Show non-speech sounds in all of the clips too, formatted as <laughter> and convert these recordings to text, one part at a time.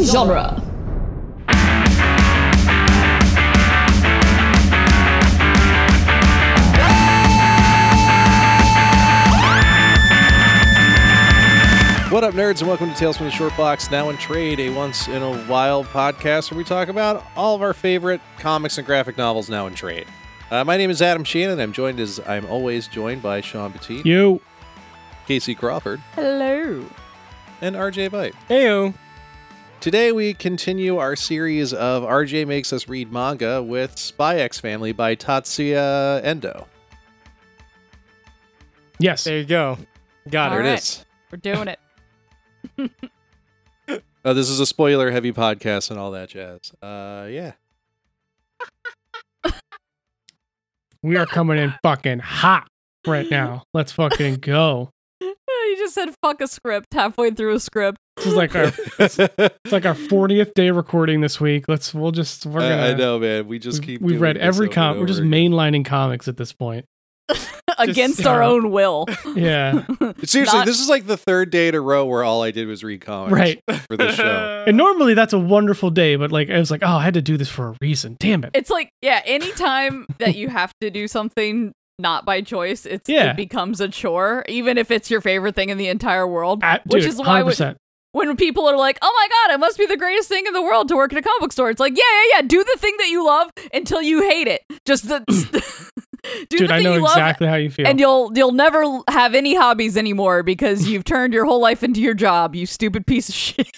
genre. What up, nerds, and welcome to Tales from the Short Box, now in trade, a once in a while podcast where we talk about all of our favorite comics and graphic novels now in trade. Uh, my name is Adam Sheehan, and I'm joined as I'm always joined by Sean Petit, You. Casey Crawford, Hello. and RJ Vite. Heyo. Today we continue our series of RJ Makes Us Read Manga with Spy X Family by Tatsuya Endo. Yes. There you go. Got There it. it right. is. We're doing it. <laughs> Uh, this is a spoiler heavy podcast and all that jazz. Uh, yeah. We are coming in fucking hot right now. Let's fucking go. you just said fuck a script halfway through a script. <laughs> This is like our it's like our 40th day recording this week. Let's we'll just we're gonna I, I know, man. We just we've, keep. we've doing read this every over and comic. We're over just again. mainlining comics at this <laughs> point. Against our uh, own will. Yeah. <laughs> Seriously, Not- this is like the third day in a row where all I did was read comics right. for the <laughs> show. And normally that's a wonderful day, but like I was like, oh, I had to do this for a reason. Damn it. It's like, yeah, anytime that you have to do something not by choice, it's, Yeah. it becomes a chore, even if it's your favorite thing in the entire world. Ah, Which dude, is why we- 100%. When people are like, oh my God, it must be the greatest thing in the world to work in a comic book store. It's like, yeah, yeah, yeah, do the thing that you love until you hate it. <clears throat> Just the, <laughs> do Dude, the I thing know you love exactly how you feel. and you'll you'll never l- have any hobbies anymore because you've turned your whole life into your job you stupid piece of <laughs> shit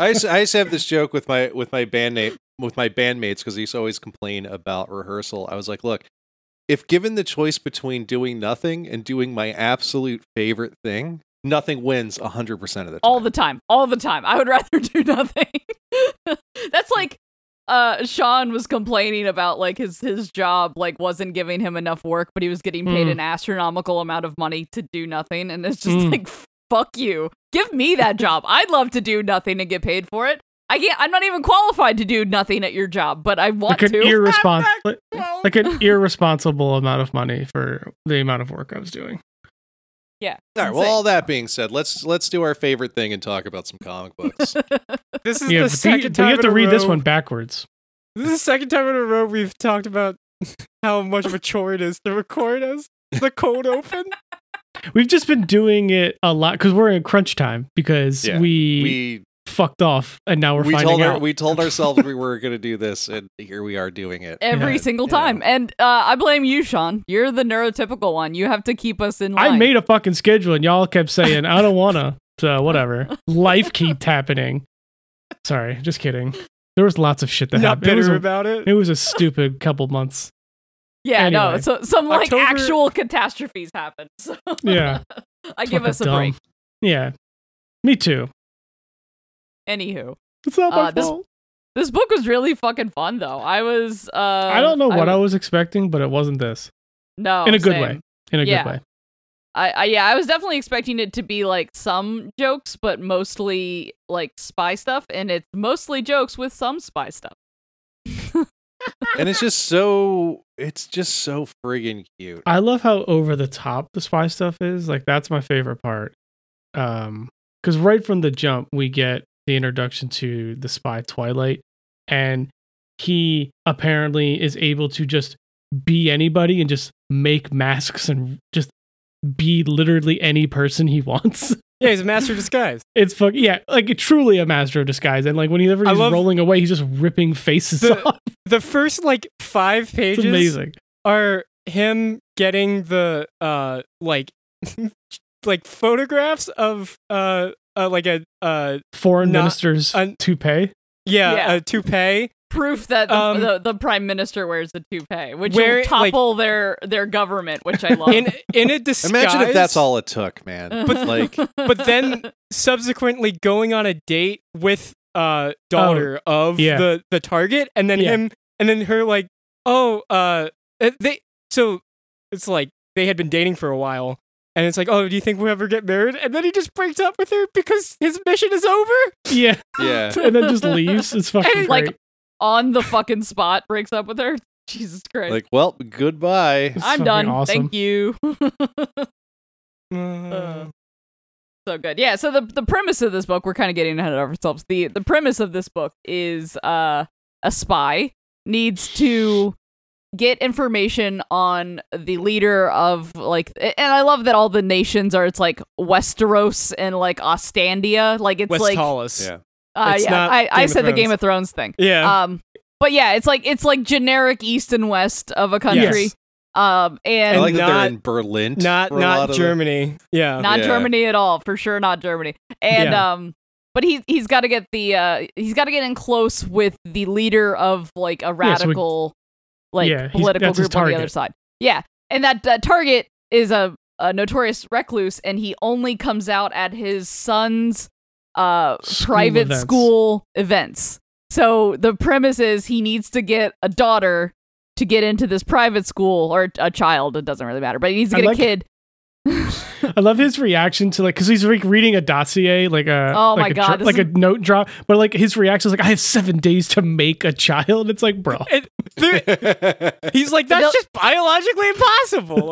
I used, to, I used to have this joke with my with my bandmate with my bandmates because they used to always complain about rehearsal. I was like, look, if given the choice between doing nothing and doing my absolute favorite thing, nothing wins hundred percent of the time. all the time all the time i would rather <laughs> do nothing that's like uh sean was complaining about like his his job like wasn't giving him enough work but he was getting paid Mm. an astronomical amount of money to do nothing and it's just Mm. like fuck you give me that job i'd love to do nothing and get paid for it i can't i'm not even qualified to do nothing at your job but i like want an to <laughs> irresponsible like an irresponsible amount of money for the amount of work I was doing. yeah All right. Well, all that being said, let's let's do our favorite thing and talk about some comic <laughs> books. This is Yeah, but the you- second but time. you have in to a read this row- one backwards. This is the second time in a row we've talked about <laughs> how much of a chore it is to record us. The cold open. We've just been doing it a lot because we're in crunch time because Yeah, we, we fucked off and now we're we finding told our, out. we told ourselves <laughs> we were going to do this, and here we are doing it every And, single you know, time. And uh, I blame you, Sean. You're the neurotypical one. You have to keep us in line. I made a fucking schedule and y'all kept saying I don't wanna. So <laughs> whatever. Life keeps happening. Sorry, just kidding. There was lots of shit <laughs> that Not happened. It was, bitter a, about it. it was a stupid couple <laughs> months. yeah, no. anyway. So some like October- actual catastrophes happen. <laughs> So Yeah. I give Fucking us a dumb. break. Yeah. Me too. Anywho, It's not my Uh, this- fault. this book was really fucking fun though. I was. Uh, I don't know what I, was expecting, but it wasn't this. No, in a good Oh, same. way. In a Yeah. good way. I, I yeah, I was definitely expecting it to be like some jokes, but mostly like spy stuff, and it's mostly jokes with some spy stuff. and it's just so it's just so friggin' cute. I love how over the top the spy stuff is. Like that's my favorite part. Um cuz right from the jump we get the introduction to the spy Twilight and he apparently is able to just be anybody and just make masks and just be literally any person he <laughs> wants. yeah, he's a master of disguise. It's fuck yeah, like truly a master of disguise. And like whenever I he's love- rolling away, he's just ripping faces The <laughs> off. The first like five It's pages amazing. are him getting the uh like <laughs> like photographs of uh, uh like a uh Foreign Not- ministers un- <laughs> toupee. yeah, Yeah. a toupee. proof that the, Um, the, the prime minister wears a toupee, which Where- will topple their their government, <laughs> which I love. In in a disguise. Imagine if that's all it took, <laughs> man. But- <laughs> like but then subsequently going on a date with uh daughter of Oh, yeah. the the target and then Yeah. him and then her like oh uh uh, they so it's like they had been dating for a while and it's like oh do you think we'll ever get married and then he just breaks up with her because his mission is over Yeah. yeah. <laughs> and then just leaves. It's fucking And, great. like on the fucking spot, breaks up with her. Jesus Christ. Like, well, <laughs> goodbye. It's I'm fucking done. awesome. Thank you. Uh, <laughs> So good. Yeah, so the the premise of this book, we're kind of getting ahead of ourselves. The the premise of this book is uh a spy needs to get information on the leader of like a- and I love that all the nations are it's like Westeros and like Ostandia. Like it's West like Hollis. Yeah. uh, It's yeah, not I, I Game of said the Game Thrones. of Thrones thing. Yeah. Um but yeah, it's like it's like generic east and west of a country. Yes. Um I and like that they're not- in Berlin. not for a lot not of the- Germany. Yeah. not Yeah. Germany at all, for sure not Germany. And Yeah. um but he he's got to get the uh he's got to get in close with the leader of like a Yeah, so we- radical like Yeah, he's- political that's his group on the other target. side. Yeah. And that uh, target is a, a notorious recluse and he only comes out at his son's uh School private events. school events. So the premise is he needs to get a daughter to get into this private school or a child, it doesn't really matter, but he needs to I get like- a kid I love his reaction to like because he's like reading a dossier, like a Oh like my a God, dra- this like a note drop, but like his reaction is like, I have seven days to make a child. It's like, <laughs> bro, It- there- <laughs> he's like that's They'll- just biologically impossible.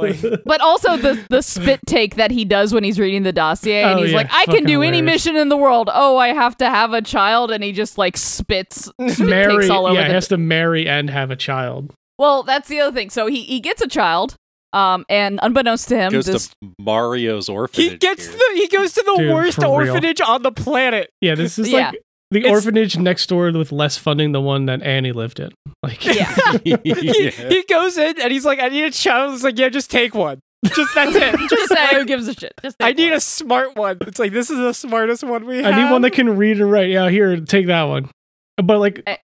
<laughs> Like, But also the the spit take that he does when he's reading the dossier, and Oh, he's yeah, like, "I can fucking do any hilarious. mission in the world. Oh, I have to have a child," and he just <laughs> like spits. spit marry, takes all over yeah, the- has to marry and have a child. Well, that's the other thing. So he he gets a child, um, and unbeknownst to him, goes this to Mario's orphanage. he gets here. the he goes to the Dude, worst for real. orphanage on the planet. Yeah, this is Yeah. like the It's- orphanage next door with less funding than one that Annie lived in. Like, Yeah. <laughs> <laughs> He, Yeah. he goes in and he's like, I need a child. It's like, yeah, just take one. <laughs> Just that's it. <laughs> <laughs> just say who gives a shit. Just <laughs> I take need one. a smart one. It's like this is the smartest one we <laughs> have. I need one that can read and write. Yeah, here, take that one. But like,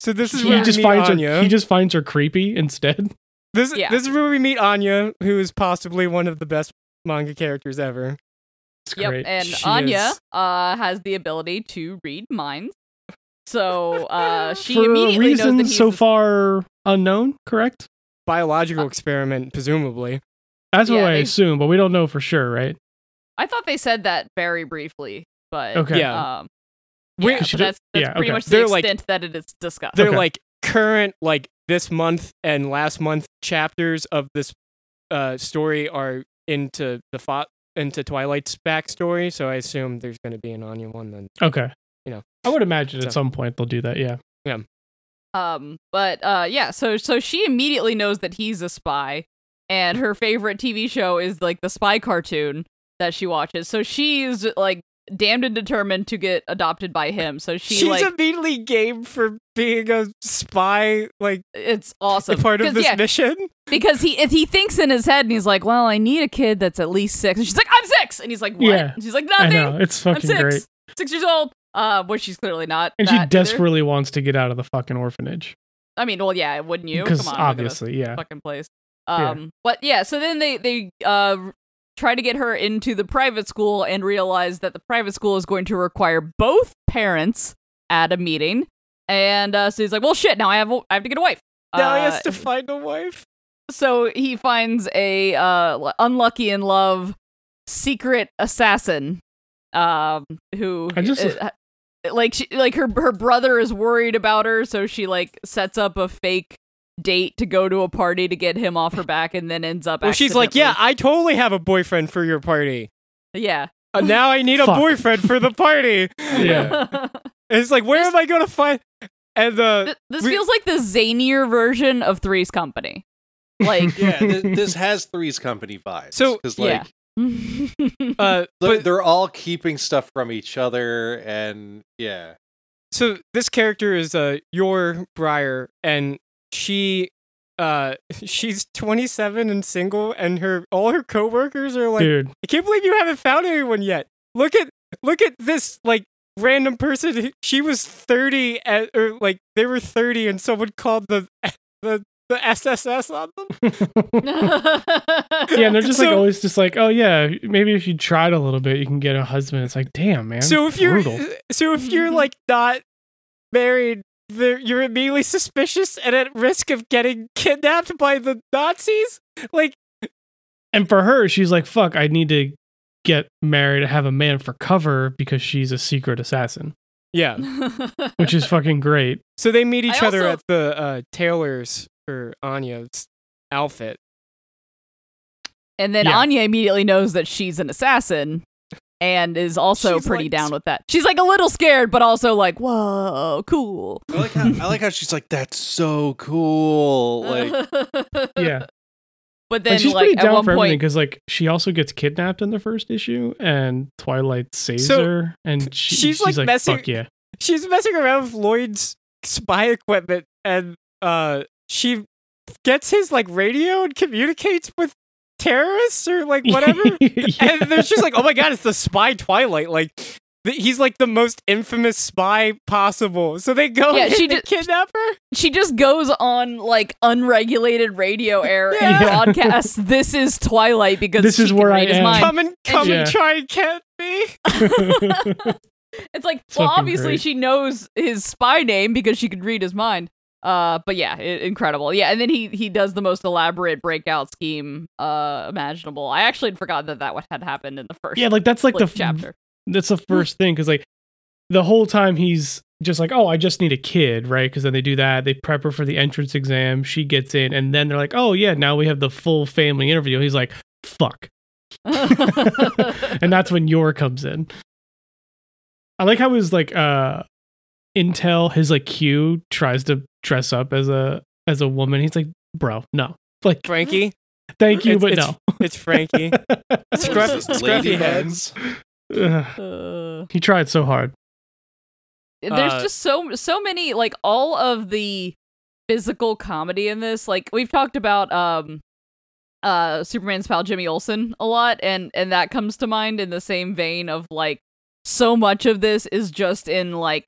So this is Yeah. where he we just meet finds Anya. her. He just finds her creepy instead. <laughs> this Yeah. this is where we meet Anya, who is possibly one of the best manga characters ever. It's Yep, great. and She Anya is- uh, has the ability to read minds, <laughs> so uh, she For a immediately knows reason that he's so this- far unknown, correct? Uh. Biological experiment, presumably. That's Yeah, what I they- assume, but we don't know for sure, right? I thought they said that very briefly, but Okay. Yeah. um, We- yeah, She but did- that's, that's yeah, pretty okay. much the They're, like- extent that it is discussed. They're Okay. like current, like this month and last month chapters of this uh, story are into the fo- into Twilight's backstory. So I assume there's going to be an Anya one then. Okay. You know. I would imagine So- at some point they'll do that. Yeah. Um, but uh, yeah, so so she immediately knows that he's a spy, and her favorite TV show is like the spy cartoon that she watches. So she's like damned and determined to get adopted by him. So she She's like immediately game for being a spy, like it's awesome part of 'Cause, this yeah, mission. <laughs> because he if he thinks in his head and he's like, well, I need a kid that's at least six, and she's like, I'm six, and he's like, what? Yeah. And she's like, I nothing. know. It's I'm fucking six, great. six years old. Uh, which she's clearly not. And that she either. desperately wants to get out of the fucking orphanage. I mean, well, yeah, wouldn't you? Because Come on, look at this. obviously, yeah. fucking place. Yeah. Um, but yeah, so then they they uh try to get her into the private school and realize that the private school is going to require both parents at a meeting, and uh, so he's like, "Well, shit, now I have a, I have to get a wife." now he Uh, has to find a wife. so he finds a uh unlucky in love secret assassin, um, who I just- uh, like she, like her her brother is worried about her, so she like sets up a fake date to go to a party to get <laughs> him off her back, and then ends up. Well, she's like, yeah, accidentally- I totally have a boyfriend for your party. yeah, <laughs> Uh, now I need a Fuck. boyfriend for the party. <laughs> yeah. And it's like, where am I going to find? And uh, the Th- this We- feels like the zanier version of Three's <laughs> Company. <laughs> Like, yeah, th- this has Three's Company vibes. So- because like Yeah. <laughs> they're, uh, but, they're all keeping stuff from each other, and yeah, so this character is uh your Briar, and she uh <laughs> she's 27 and single, and her all her coworkers are like, Dude. I can't believe you haven't found anyone yet. Look at look at this like random person. who- She was thirty, at, or like they were thirty, and someone called the <laughs> the the SSS on them. Yeah, and they're just like So- always just like, oh yeah, maybe if you tried a little bit, you can get a husband. It's like, damn, man. so if you're brutal. so if Mm-hmm. you're like not married, they're- you're immediately suspicious and at risk of getting kidnapped by the Nazis. Like and for her, she's like, fuck, I need to get married, have a man for cover because she's a secret assassin, yeah. <laughs> <laughs> which is fucking great. So they meet each I other also- at the uh, tailor's for Anya's outfit. and then Yeah. Anya immediately knows that she's an assassin and is also She's, pretty like, down sp- with that. She's like a little scared, but also like, whoa, cool. I like how I like how she's like, that's so cool. <laughs> Like Yeah. But And then she's like pretty at down one for everything point, because like she also gets kidnapped in the first issue, and Twilight saves So, her, and she, she's, like, messing- "Fuck yeah!" she's messing around with Lloyd's spy equipment, and uh, she gets his like radio and communicates with terrorists or like <laughs> whatever. <laughs> Yeah. And there's just like, oh my god, it's the spy Twilight. Like, th- he's like the most infamous spy possible. So they go Yeah, and she they ju- kidnap her. she just goes on like unregulated radio air <laughs> Yeah. and broadcasts, "This is Twilight" because This she is can where I read his am. mind. Come and come Yeah. and try and catch me. It's like, It's well, fucking obviously great. she knows his spy name because she could read his mind. Uh, but yeah, i incredible. Yeah, and then he he does the most elaborate breakout scheme uh imaginable. I actually had forgotten that that what had happened in the <laughs> first yeah, like that's like the like, f- chapter. That's <laughs> the first thing because like the whole time he's just like, "Oh, I just need a kid," right? Because then they do that. They prep her for the entrance exam. She gets in, and then they're like, "Oh yeah, now we have the full family interview." He's like, "Fuck," <laughs> and that's when Yor comes in. I like how his like uh Intel, his like Q tries to dress up as a as a woman. He's like, "Bro, no." Like, Frankie, thank you, It's- but it's- no. it's Frankie. <laughs> Scruff- <laughs> scruffy heads. Ugh. <laughs> Uh, <laughs> He tried so hard. there's Uh, just so so many like all of the physical comedy in this like we've talked about um uh superman's pal jimmy olsen a lot and and that comes to mind in the same vein of like so much of this is just in like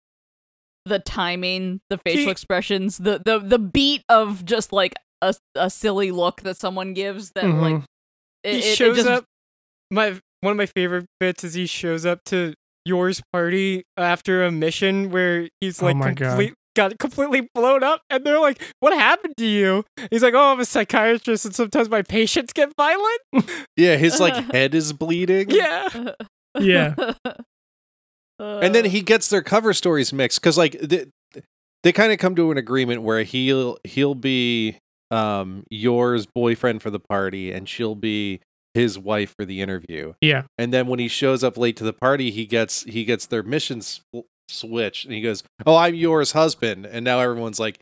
the timing the facial Gee. expressions the the the beat of just like a, a silly look that someone gives that like Mhm. it, Mm-hmm. he it- it shows just- up. My one of my favorite bits is he shows up to yours party after a mission where he's Oh like my God. complete, got completely blown up, and they're like, "What happened to you?" He's like, "Oh, I'm a psychiatrist, and sometimes my patients get <laughs> violent." Yeah, his like <laughs> head is bleeding. Yeah, <laughs> Yeah. Uh, And then he gets their cover stories mixed because like they, they kind of come to an agreement where he'll he'll be um yours boyfriend for the party and she'll be his wife for the interview. Yeah. And then when he shows up late to the party, he gets he gets their mission sw- switched and he goes, "Oh, I'm yours husband." And now everyone's like,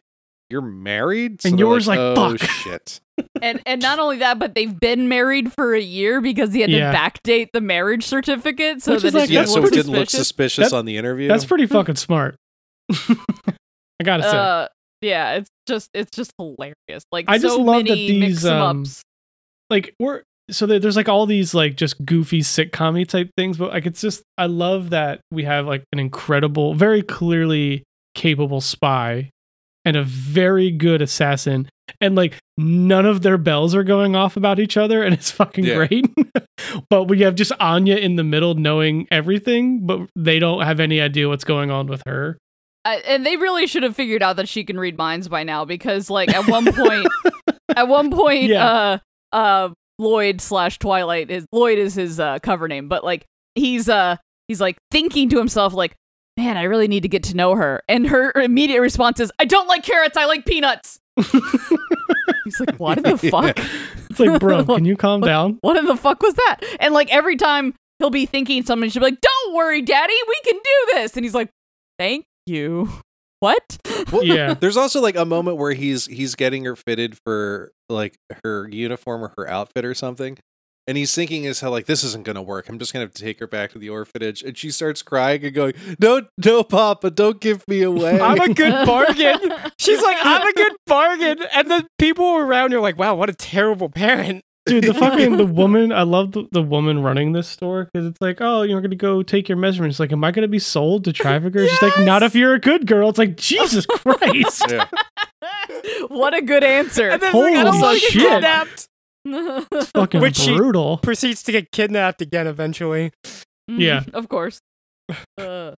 "You're married?" And they're yours like, "Oh, "Fuck." shit." and and not only that, but they've been married for a year because he had Yeah. to backdate the marriage certificate so Which that is it like, didn't yeah, that's so it look pretty didn't look suspicious. suspicious That- on the interview. That's pretty fucking <laughs> smart. I gotta say. Uh, yeah, it's just it's just hilarious. Like I just so love that many these, um, mix-em-ups. like we're so there- there's like all these like just goofy sitcom type things, but like it's just I love that we have like an incredible, very clearly capable spy and a very good assassin. And like none of their bells are going off about each other, and it's fucking Yeah. great. <laughs> but we have just Anya in the middle knowing everything, but they don't have any idea what's going on with her. I, and they really should have figured out that she can read minds by now because like at one point at one point Yeah. uh uh Lloyd slash Twilight is Lloyd is his uh cover name, but like he's uh he's like thinking to himself like Man, I really need to get to know her. And her immediate response is, I don't like carrots, I like peanuts. He's like, What the fuck? It's like, bro, can you calm down? What in the fuck was that? And like every time he'll be thinking something, she'll be like, Don't worry, Daddy, we can do this. And he's like, Thank you. <laughs> What? Well, Yeah. There's also like a moment where he's he's getting her fitted for like her uniform or her outfit or something. And he's thinking is how like this isn't gonna work. I'm just gonna have to take her back to the orphanage. And she starts crying and going, No, no, Papa, don't give me away. I'm a good bargain. She's like, "I'm a good bargain," and the people around are like, "Wow, what a terrible parent." dude <laughs> the fucking the woman i love the, the woman running this store because it's like oh you're gonna go take your measurements like am i gonna be sold to traffickers she's like not if you're a good girl it's like <laughs> jesus christ <laughs> Yeah. what a good answer. Mm-hmm. <laughs> And then it's like, "I don't Holy want to get shit. kidnapped." fucking Which she- brutal Proceeds to get kidnapped again eventually. Yeah. Of course. Uh,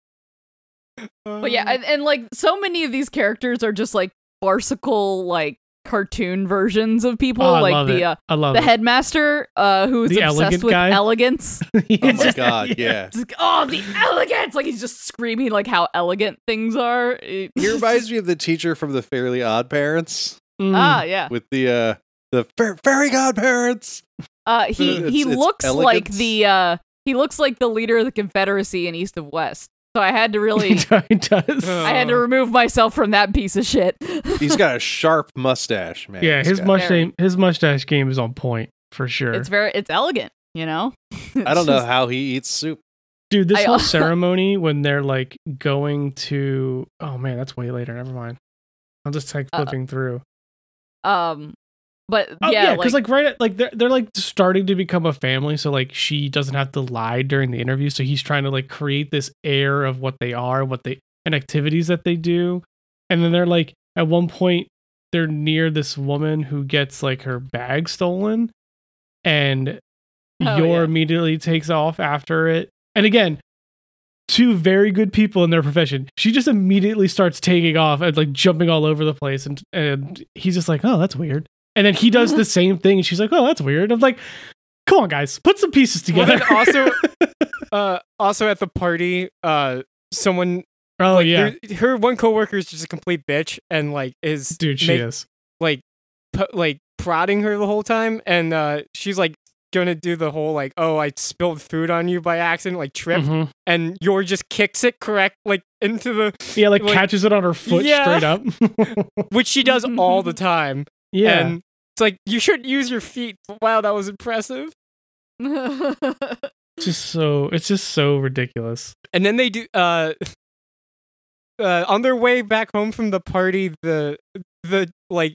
but Um, yeah, and, and like so many of these characters are just like farcical, like cartoon versions of people. Oh, I like love the it. uh, i love the it. <laughs> headmaster uh, who is The elegant obsessed with guy? <laughs> elegance. Oh my god, yeah. It's like, oh, the elegance! Like he's just screaming like how elegant things are. <laughs> It- He reminds me of the teacher from the Fairly Odd Parents Mm. ah, yeah. with the uh the fair, fairy godparents. Uh, he It's- he it's looks like elegance. the uh, he looks like the leader of the Confederacy in East of West. So I had <laughs> to really, he does. Oh, Uh, I had to remove myself from that piece of shit. He's got a sharp mustache, man. yeah, This his guy. mustache, his mustache game is on point for sure. it's very, it's elegant, you know. I don't know It's <laughs> just- how he eats soup. Dude, this I whole also- <laughs> ceremony when they're like going to oh man, that's way later. Never mind. I'm just like Uh-oh. flipping through. Um, but Oh yeah, yeah, because like, like, right at like they're they're like starting to become a family, so like she doesn't have to lie during the interview. So he's trying to like create this air of what they are, what they and activities that they do. And then they're like at one point they're near this woman who gets like her bag stolen and Oh, Yor yeah. immediately takes off after it. And again, two very good people in their profession. She just immediately starts taking off and like jumping all over the place and and he's just like, "Oh, that's weird." And then he does the same thing and she's like, "Oh, that's weird." I'm like, "Come on, guys, put some pieces Well, together." then also, <laughs> uh, also at the party, uh, someone <laughs> oh like, yeah. there- her one coworker is just a complete bitch, and like is Dude, she make- is. like pu- like prodding her the whole time, and uh, she's like gonna do the whole like oh I spilled food on you by accident like trip, Mhm. and Yor just kicks it correct like into the Yeah, like, like- catches it on her foot Yeah. straight up. <laughs> which she does all the time, yeah. and it's like you should use your feet. Wow, that was impressive. just so it's just so ridiculous. And then they do uh <laughs> uh on their way back home from the party the the like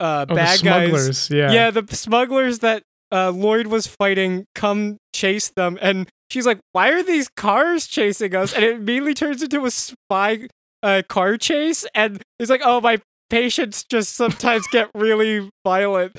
uh Oh, the bad guys smugglers, yeah. yeah, the smugglers that uh Lloyd was fighting come chase them and she's like why are these cars chasing us and it immediately turns into a spy uh car chase and it's like oh my patients just sometimes get really violent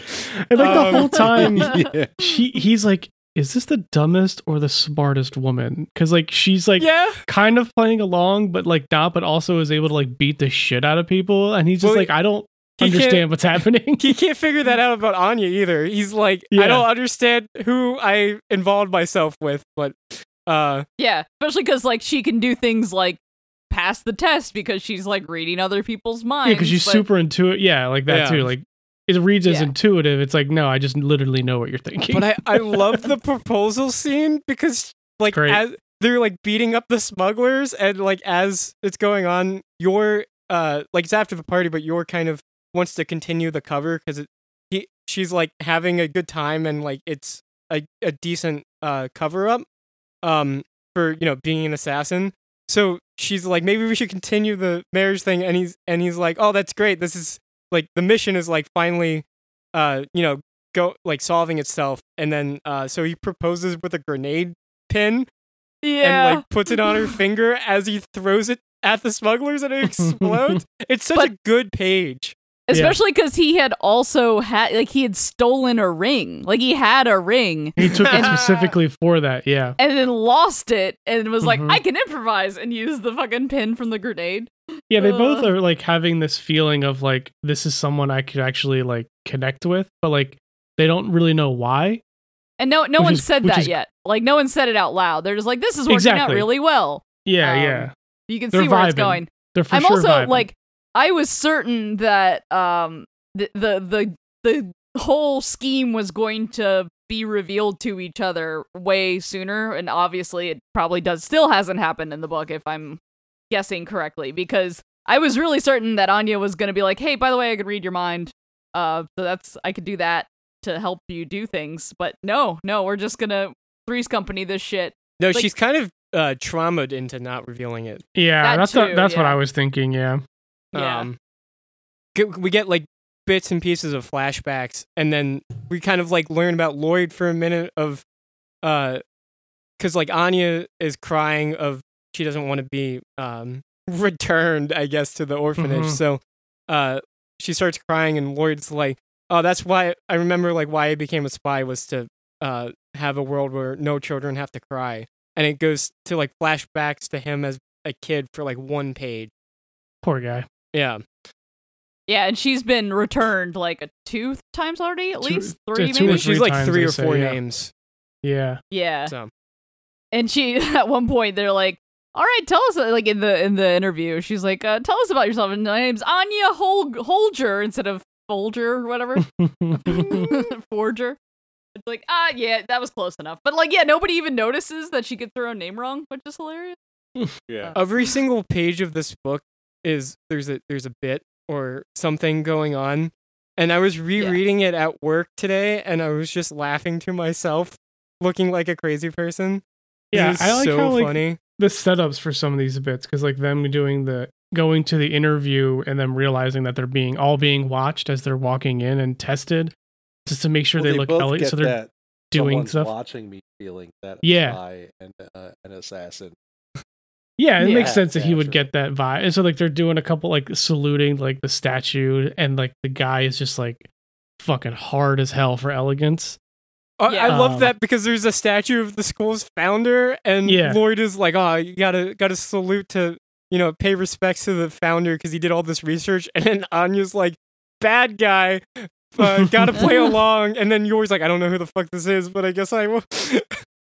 And like Um, <laughs> the whole time <laughs> yeah. she he's like is this the dumbest or the smartest woman because like she's <laughs> like yeah kind of playing along but like not but also is able to like beat the shit out of people and he's just Well, like i don't he can't- understand what's happening he can't figure that out about Anya either. He's like, I Yeah. don't understand who I involved myself with, but uh, <laughs> yeah, especially because like she can do things like pass the test because she's like reading other people's minds. yeah because she's but- super intuitive yeah like that Yeah. too like it reads as Yeah. intuitive it's like no i just literally know what you're thinking but I I <laughs> love the proposal scene because like Great. as, they're like beating up the smugglers and like as it's going on, your uh like it's after the party, but your kind of wants to continue the cover because he she's like having a good time and like it's a a decent uh cover up um for you know being an assassin. So she's like, maybe we should continue the marriage thing, and he's and he's like, oh, that's great. This is like the mission is like finally, uh, you know, go like solving itself, and then uh, so he proposes with a grenade pin yeah. and like puts <laughs> it on her finger as he throws it at the smugglers, and it explodes. it's such a good page. especially because he had also had like he had stolen a ring like he had a ring he took <laughs> it <laughs> specifically for that yeah and then lost it and was like Mhm. i can improvise and use the fucking pin from the grenade Yeah, they both Ugh. are like having this feeling of like this is someone I could actually like connect with, but like they don't really know why. and no no Which one is- said which that is- yet like no one said it out loud they're just like this is working out Exactly. really well Yeah, Um, yeah. you can They're see where it's vibing. going They're for i'm sure also vibing. like i was certain that um the, the the the whole scheme was going to be revealed to each other way sooner and obviously it probably does still hasn't happened in the book if i'm guessing correctly because i was really certain that anya was going to be like hey by the way i can read your mind uh so that's i could do that to help you do things but no no we're just gonna three's company this shit No, Like- she's kind of uh, traumaed into not revealing it. yeah, that that's too, what, that's what yeah. I was thinking. Yeah, yeah Um, g- we get like bits and pieces of flashbacks, and then we kind of like learn about Lloyd for a minute of, uh, because like Anya is crying of she doesn't want to be um <laughs> returned, I guess, to the orphanage. Mhm. So, uh, she starts crying, and Lloyd's like, "Oh, that's why I remember like why I became a spy was to uh have a world where no children have to cry." And it goes to like flashbacks to him as a kid for like one page. poor guy. Yeah. Yeah, and she's been returned like two times already, at Two- least yeah, three, two or maybe. She's three like times, three they or say, four yeah. names. Yeah, <laughs> yeah, So and she <laughs> at one point they're like, "All right, tell us." Like in the in the interview, she's like, uh, "Tell us about yourself." And my name's <laughs> Anya Hol- Holger instead of <laughs> Folger or whatever, Forger. It's like, ah, yeah, that was close enough. But like, yeah, nobody even notices that she gets her own name wrong, which is hilarious. Uh, Yeah. every single page of this book is there's a there's a bit or something going on and i was rereading it at work today and i was just laughing to myself looking like a crazy person It Yeah, was I like so how like funny the setups for some of these bits because like them doing the going to the interview and then realizing that they're being all being watched as they're walking in and tested just to make sure Well, they, look both elegant. get So they're that doing someone's stuff. watching me feeling that Yeah. I and uh, an assassin. Yeah, it Yeah, makes sense that he yeah, would sure. get that vibe. And so like they're doing a couple like saluting like the statue and like the guy is just like fucking hard as hell for elegance. I- i Yeah. love Um, that because there's a statue of the school's founder and Yeah. lloyd is like oh you gotta gotta salute to you know pay respects to the founder because he did all this research and then anya's like bad guy uh, <laughs> gotta play along and then yours like i don't know who the fuck this is but i guess i will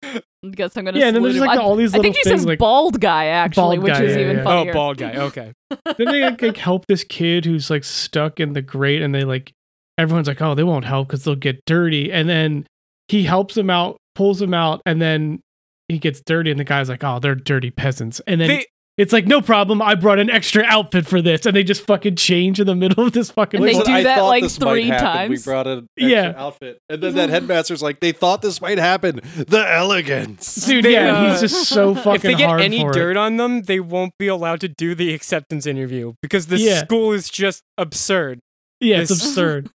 I guess I'm gonna. Yeah, and then salute there's him. like I, all these I little think she things says like bald guy actually, Bald which guy, is yeah, even yeah. Oh, funnier. bald guy. Okay. then they like, like, help this kid who's like stuck in the grate and they like everyone's like oh they won't help because they'll get dirty and then he helps him out pulls him out and then he gets dirty and the guy's like oh they're dirty peasants and <laughs> then They- it's like no problem i brought an extra outfit for this and they just fucking change in the middle of this fucking And they Listen, do I that, thought like, this might three happen. times. We brought an extra Yeah. outfit, and then that headmaster's like, "They thought this might happen. The elegance." dude They, yeah uh, he's just so fucking If they get hard any for it. dirt on them, they won't be allowed to do the acceptance interview because this Yeah. school is just absurd. Yeah, it's <laughs> This- absurd.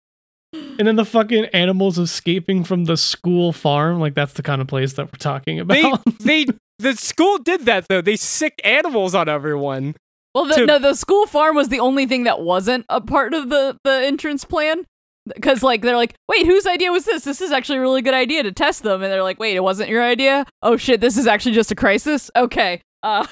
and then the fucking animals escaping from the school farm, like that's the kind of place that we're talking They about. <laughs> they the school did that though. They sick animals on everyone. Well, the, to- no, the school farm was the only thing that wasn't a part of the the entrance plan. Because like they're like, wait, whose idea was this? This is actually a really good idea to test them, and they're like, wait, it wasn't your idea. Oh shit, this is actually just a crisis. Okay. Uh,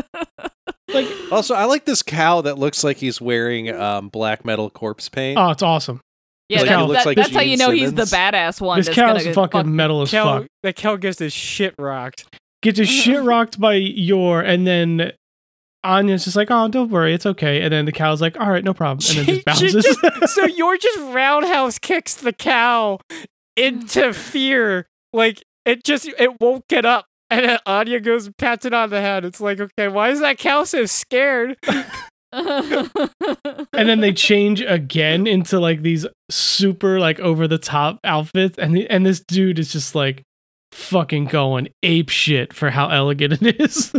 <laughs> like, Also, I like this cow that looks like he's wearing um, black metal corpse paint. <laughs> oh, it's awesome. yeah, Like, that- it looks that- like that's how Gene you know he's the Simmons. badass one. This that's cow's gonna fucking fuck- metal as Cal fuck. that cow gets his shit rocked. Gets his shit rocked by your, and then Anya's just like, "Oh, don't worry, it's okay." And then the cow's like, "All right, no problem," and then She- just bounces. she just- so you're just roundhouse kicks the cow into fear. Like it just it won't get up. And then Anya goes and pats it on the head. It's like, okay, why is that cow so scared? <laughs> <laughs> and then they change again into like these super like over the top outfits and the, and this dude is just like fucking going ape shit for how elegant it is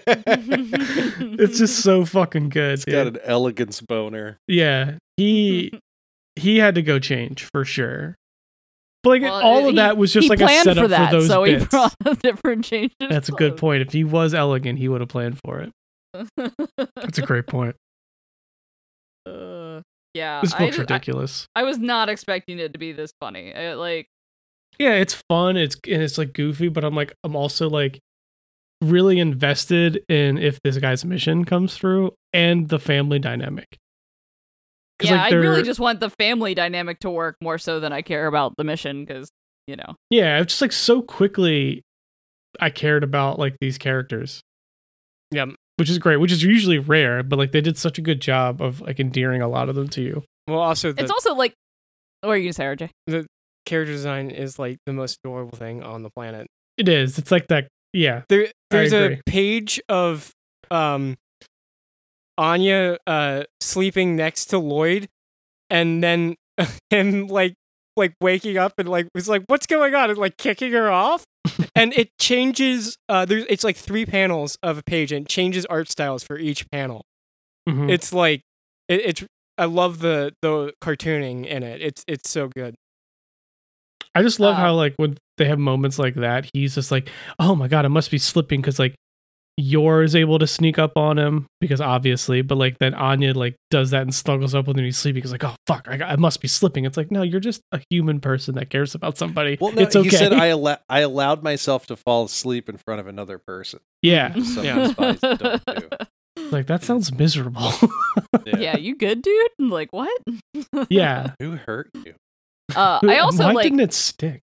<laughs> it's just so fucking good It's got dude. an elegance boner. yeah he <laughs> he had to go change for sure but like Well, all of he- that was he just like a planned setup for that, those so he bits brought a <laughs> different changes. <laughs> that's a good point if he was elegant he would have planned for it that's a great point <laughs> Uh, yeah, this I book's ju- I, ridiculous I was not expecting it to be this funny. It, like, yeah, it's fun. It's and it's like goofy, but I'm like I'm also like really invested in if this guy's mission comes through and the family dynamic. 'Cause, yeah, like, I they're- really just want the family dynamic to work more so than I care about the mission because you know. yeah, it's just like so quickly I cared about like these characters. Yeah. Which is great, which is usually rare, but like they did such a good job of like endearing a lot of them to you. Well, also the It's also like, what are you gonna say, RJ? character design is like the most adorable thing on the planet. It is. It's like that yeah. There, there's a agree. page of um, Anya uh, sleeping next to Lloyd, and then <laughs> him like like waking up and like was like, "What's going on?" and like kicking her off, and it changes. Uh, there's it's like three panels of a page, and it changes art styles for each panel. Mhm. It's like it, it's. I love the the cartooning in it. It's it's so good. I just love Uh, how like when they have moments like that, he's just like, "Oh my god, I must be slipping," because like Yor is able to sneak up on him because obviously, but like then Anya like does that and snuggles up with him. And he's sleeping. He's like, "Oh fuck, I, I must be slipping." It's like, no, you're just a human person that cares about somebody. Well, no, it's okay. he said I, allo- I allowed myself to fall asleep in front of another person. <laughs> yeah, <laughs> Some Yeah. spies don't do. like that sounds <laughs> miserable. <laughs> Yeah. yeah, you good, dude? <laughs> I'm like, what? yeah, Who hurt you? Uh, I also why like didn't it stick?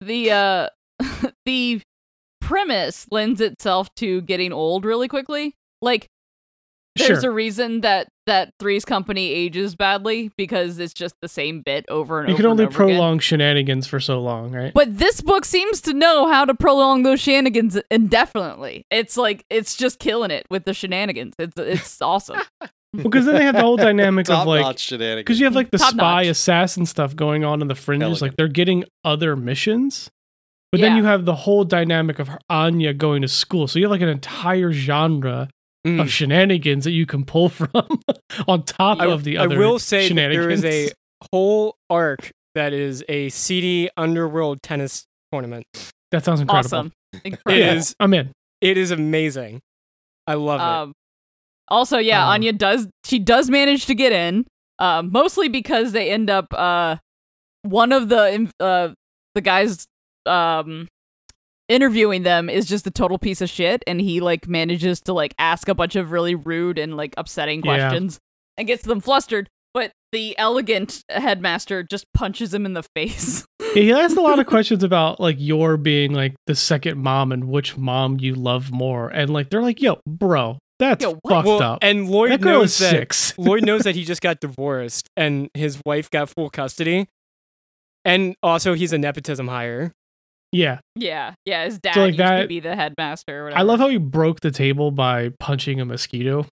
the uh, <laughs> the premise lends itself to getting old really quickly. Like there's Sure. a reason that that Three's Company ages badly because it's just the same bit over and You over. can only and over again. prolong shenanigans for so long, right? But this book seems to know how to prolong those shenanigans indefinitely. It's like it's just killing it with the shenanigans. It's it's awesome. Because then they have the <laughs> whole dynamic of Top like notch shenanigans. Because you have like the Top spy notch. assassin stuff going on in the fringes. Like Elegant. they're getting other missions. But then Yeah. you have the whole dynamic of Anya going to school. So you have like an entire genre of Mm. shenanigans that you can pull <laughs> from on top I- of the I other will say that there shenanigans. is a whole arc that is a seedy underworld tennis tournament. that sounds incredible. awesome. It <laughs> Incredible. Yeah. is I'm in. it is amazing. I love it. Um, also, yeah, Um, Anya does she does manage to get in, uh, mostly because they end up uh, one of the in- uh, the guys um, interviewing them is just a total piece of shit, and he like manages to like ask a bunch of really rude and like upsetting Yeah. questions and gets them flustered. But the elegant headmaster just punches him in the <laughs> face. Yeah, he asked a lot of questions about like your being like the second mom and which mom you love more. And like they're like, yo, bro, that's Yo, what? fucked well, up. and Lloyd that girl is knows <laughs> that six. Lloyd knows that he just got divorced and his wife got full custody. And also he's a nepotism hire. Yeah. yeah, yeah, his dad like, used to that- be the headmaster. Or whatever. I love how he broke the table by punching a mosquito.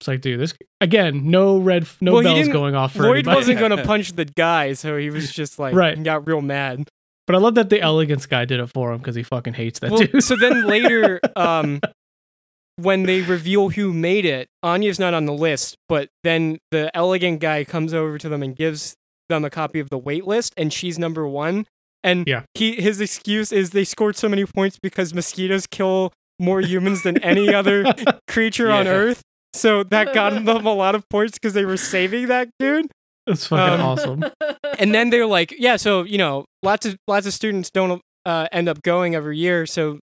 It's like, dude, this again, no red, f- no Well, he bells didn't- going off for Lloyd anybody. wasn't gonna punch the guy, so he was just like Right. got real mad. <laughs> But I love that the elegance guy did it for him because he fucking hates that Well, dude. so then later, um, when they reveal who made it, Anya's not on the list, but then the elegant guy comes over to them and gives them a copy of the wait list, and she's number one. And Yeah. he his excuse is they scored so many points because mosquitoes kill more humans than <laughs> any other creature on Yeah. Earth. So that got them a lot of points because they were saving that dude. <laughs> It's fucking Um, <laughs> awesome. and then they're like, yeah, so you know, lots of lots of students don't uh, end up going every year, so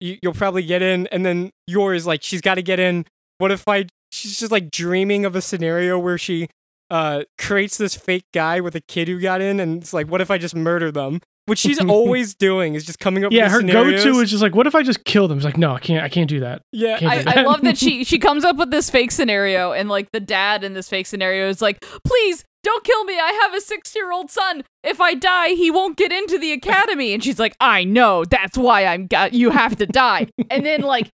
you, you'll probably get in. And then yours, like, she's got to get in. What if I? She's just like dreaming of a scenario where she uh, creates this fake guy with a kid who got in, and it's like, what if I just murder them? Which <laughs> she's always doing is just coming up. Yeah, with her scenarios. go-to is just like, what if I just kill them? It's like, no, I can't. I can't do that. yeah. can't I, do I love that she she comes up with this fake scenario and like the dad in this fake scenario is like, please don't kill me. I have a six year old son. If I die, he won't get into the academy. And she's like, I know. That's why I'm got. You have to die. And then like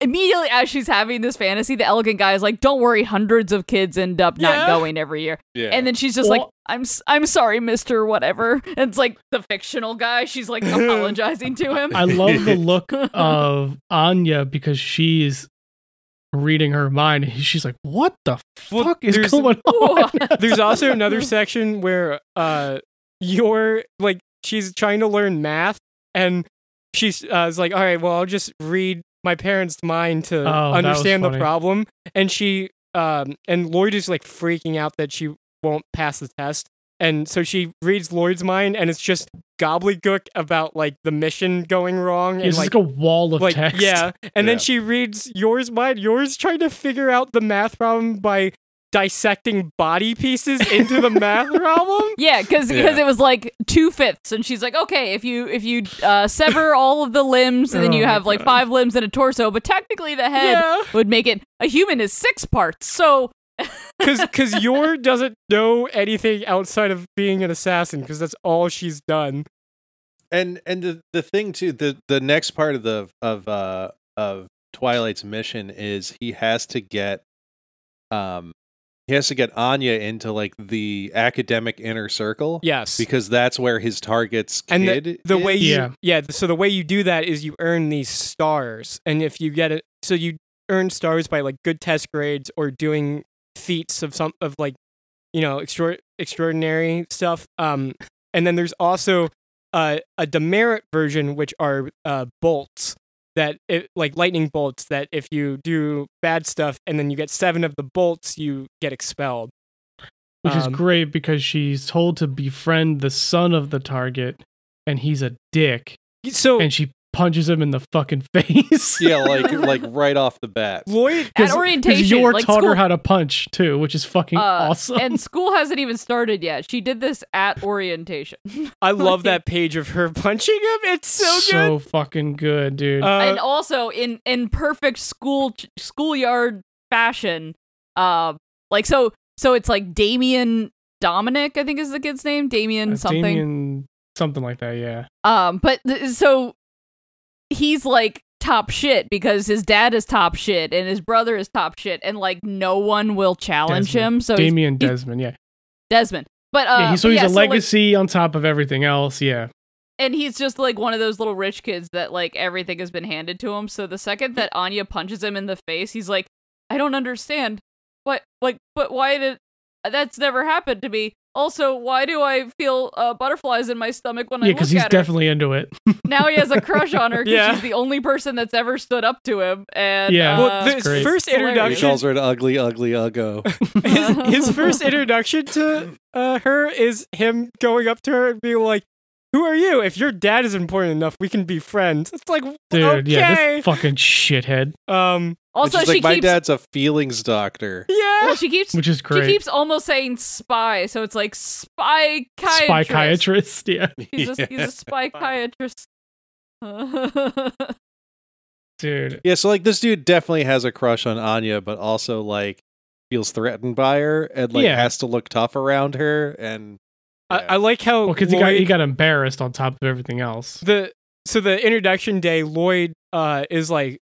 immediately as she's having this fantasy, the elegant guy is like, don't worry. Hundreds of kids end up Yeah. not going every year. yeah. And then she's just like, Well- I'm s- I'm sorry, Mister Whatever. <laughs> And it's like the fictional guy. She's like apologizing to him. I love <laughs> the look of Anya because she's reading her mind. and She's like, what the Well, fuck is there's- going on? <laughs> <laughs> There's also another section where uh you're like she's trying to learn math and she's uh, is like, all right, well I'll just read my parents' mind to Oh, that was understand the funny. problem. And she um and Lloyd is like freaking out that she won't pass the test. And so she reads Lloyd's mind and it's just gobbledygook about like the mission going wrong and It's like like a wall of like text. yeah and Yeah. then she reads yours mine yours trying to figure out the math problem by dissecting body pieces into the math problem Yeah, because Yeah. it was like two fifths, and she's like, okay, if you if you uh, sever all of the limbs, and then Oh you my have like God. five limbs and a torso, but technically the head yeah would make it a human is six parts. So because because your doesn't know anything outside of being an assassin because that's all she's done and and the, the thing too the the next part of the of uh of twilight's mission is he has to get um he has to get anya into like the academic inner circle yes because that's where his target's And kid the way is. <laughs> you Yeah. yeah. so the way you do that is you earn these stars and if you get it so you earn stars by like good test grades or doing feats of some of like you know extra, extraordinary stuff um and then there's also uh, a demerit version which are uh bolts that it, like lightning bolts that if you do bad stuff and then you get 7 of the bolts you get expelled which is Um, great because she's told to befriend the son of the target and he's a dick so and she punches him in the fucking <laughs> face yeah like like right off the bat Lloyd at <laughs> 'Cause orientation, your like taught her school, how to punch too which is fucking Uh, awesome and school hasn't even started yet. She did this at orientation, Uh, I love that page of her <laughs> punching him it's <laughs> so, good fucking good dude Uh, and also in in perfect school schoolyard fashion. Uh, like so, so it's like Damien Dominic, I think is the kid's name, Damien Uh, something. Damien- something like that. Yeah. Um, but th- so he's like top shit because his dad is top shit and his brother is top shit, and like no one will challenge Desmond. him. So he's Damien he's- Desmond. Yeah. Desmond. But uh, yeah. He, so but he's yeah, a like- legacy on top of everything else. Yeah. and he's just like one of those little rich kids that like everything has been handed to him. So the second that Anya punches him in the face, he's like, "I don't understand. What? Like, but why did that's never happened to me? Also, why do I feel uh, butterflies in my stomach when yeah. I look Because he's at her? definitely into <laughs> it. now he has a crush on her because Yeah. she's the only person that's ever stood up to him. And Yeah. well, uh, this great. first He hilarious. introduction, calls her an ugly, ugly uggo. his, his first introduction to uh, her is him going up to her and being like, "Who are you? If your dad is important enough, we can be friends." It's like, Dude. okay, Yeah. This fucking shithead. um, also she's she like, my keeps dad's a feelings doctor. well, <laughs> yeah, she keeps Which is great. she keeps almost saying spy, so it's like spy Spy psychiatrist. <laughs> Yeah. He's <laughs> a, he's yeah. a psychiatrist. Dude. Yeah, so like this dude definitely has a crush on Anya, but also like feels threatened by her and like Yeah. has to look tough around her. And I, I like how Well, because he got Lloyd- he got embarrassed on top of everything else. the so the introduction day lloyd uh is like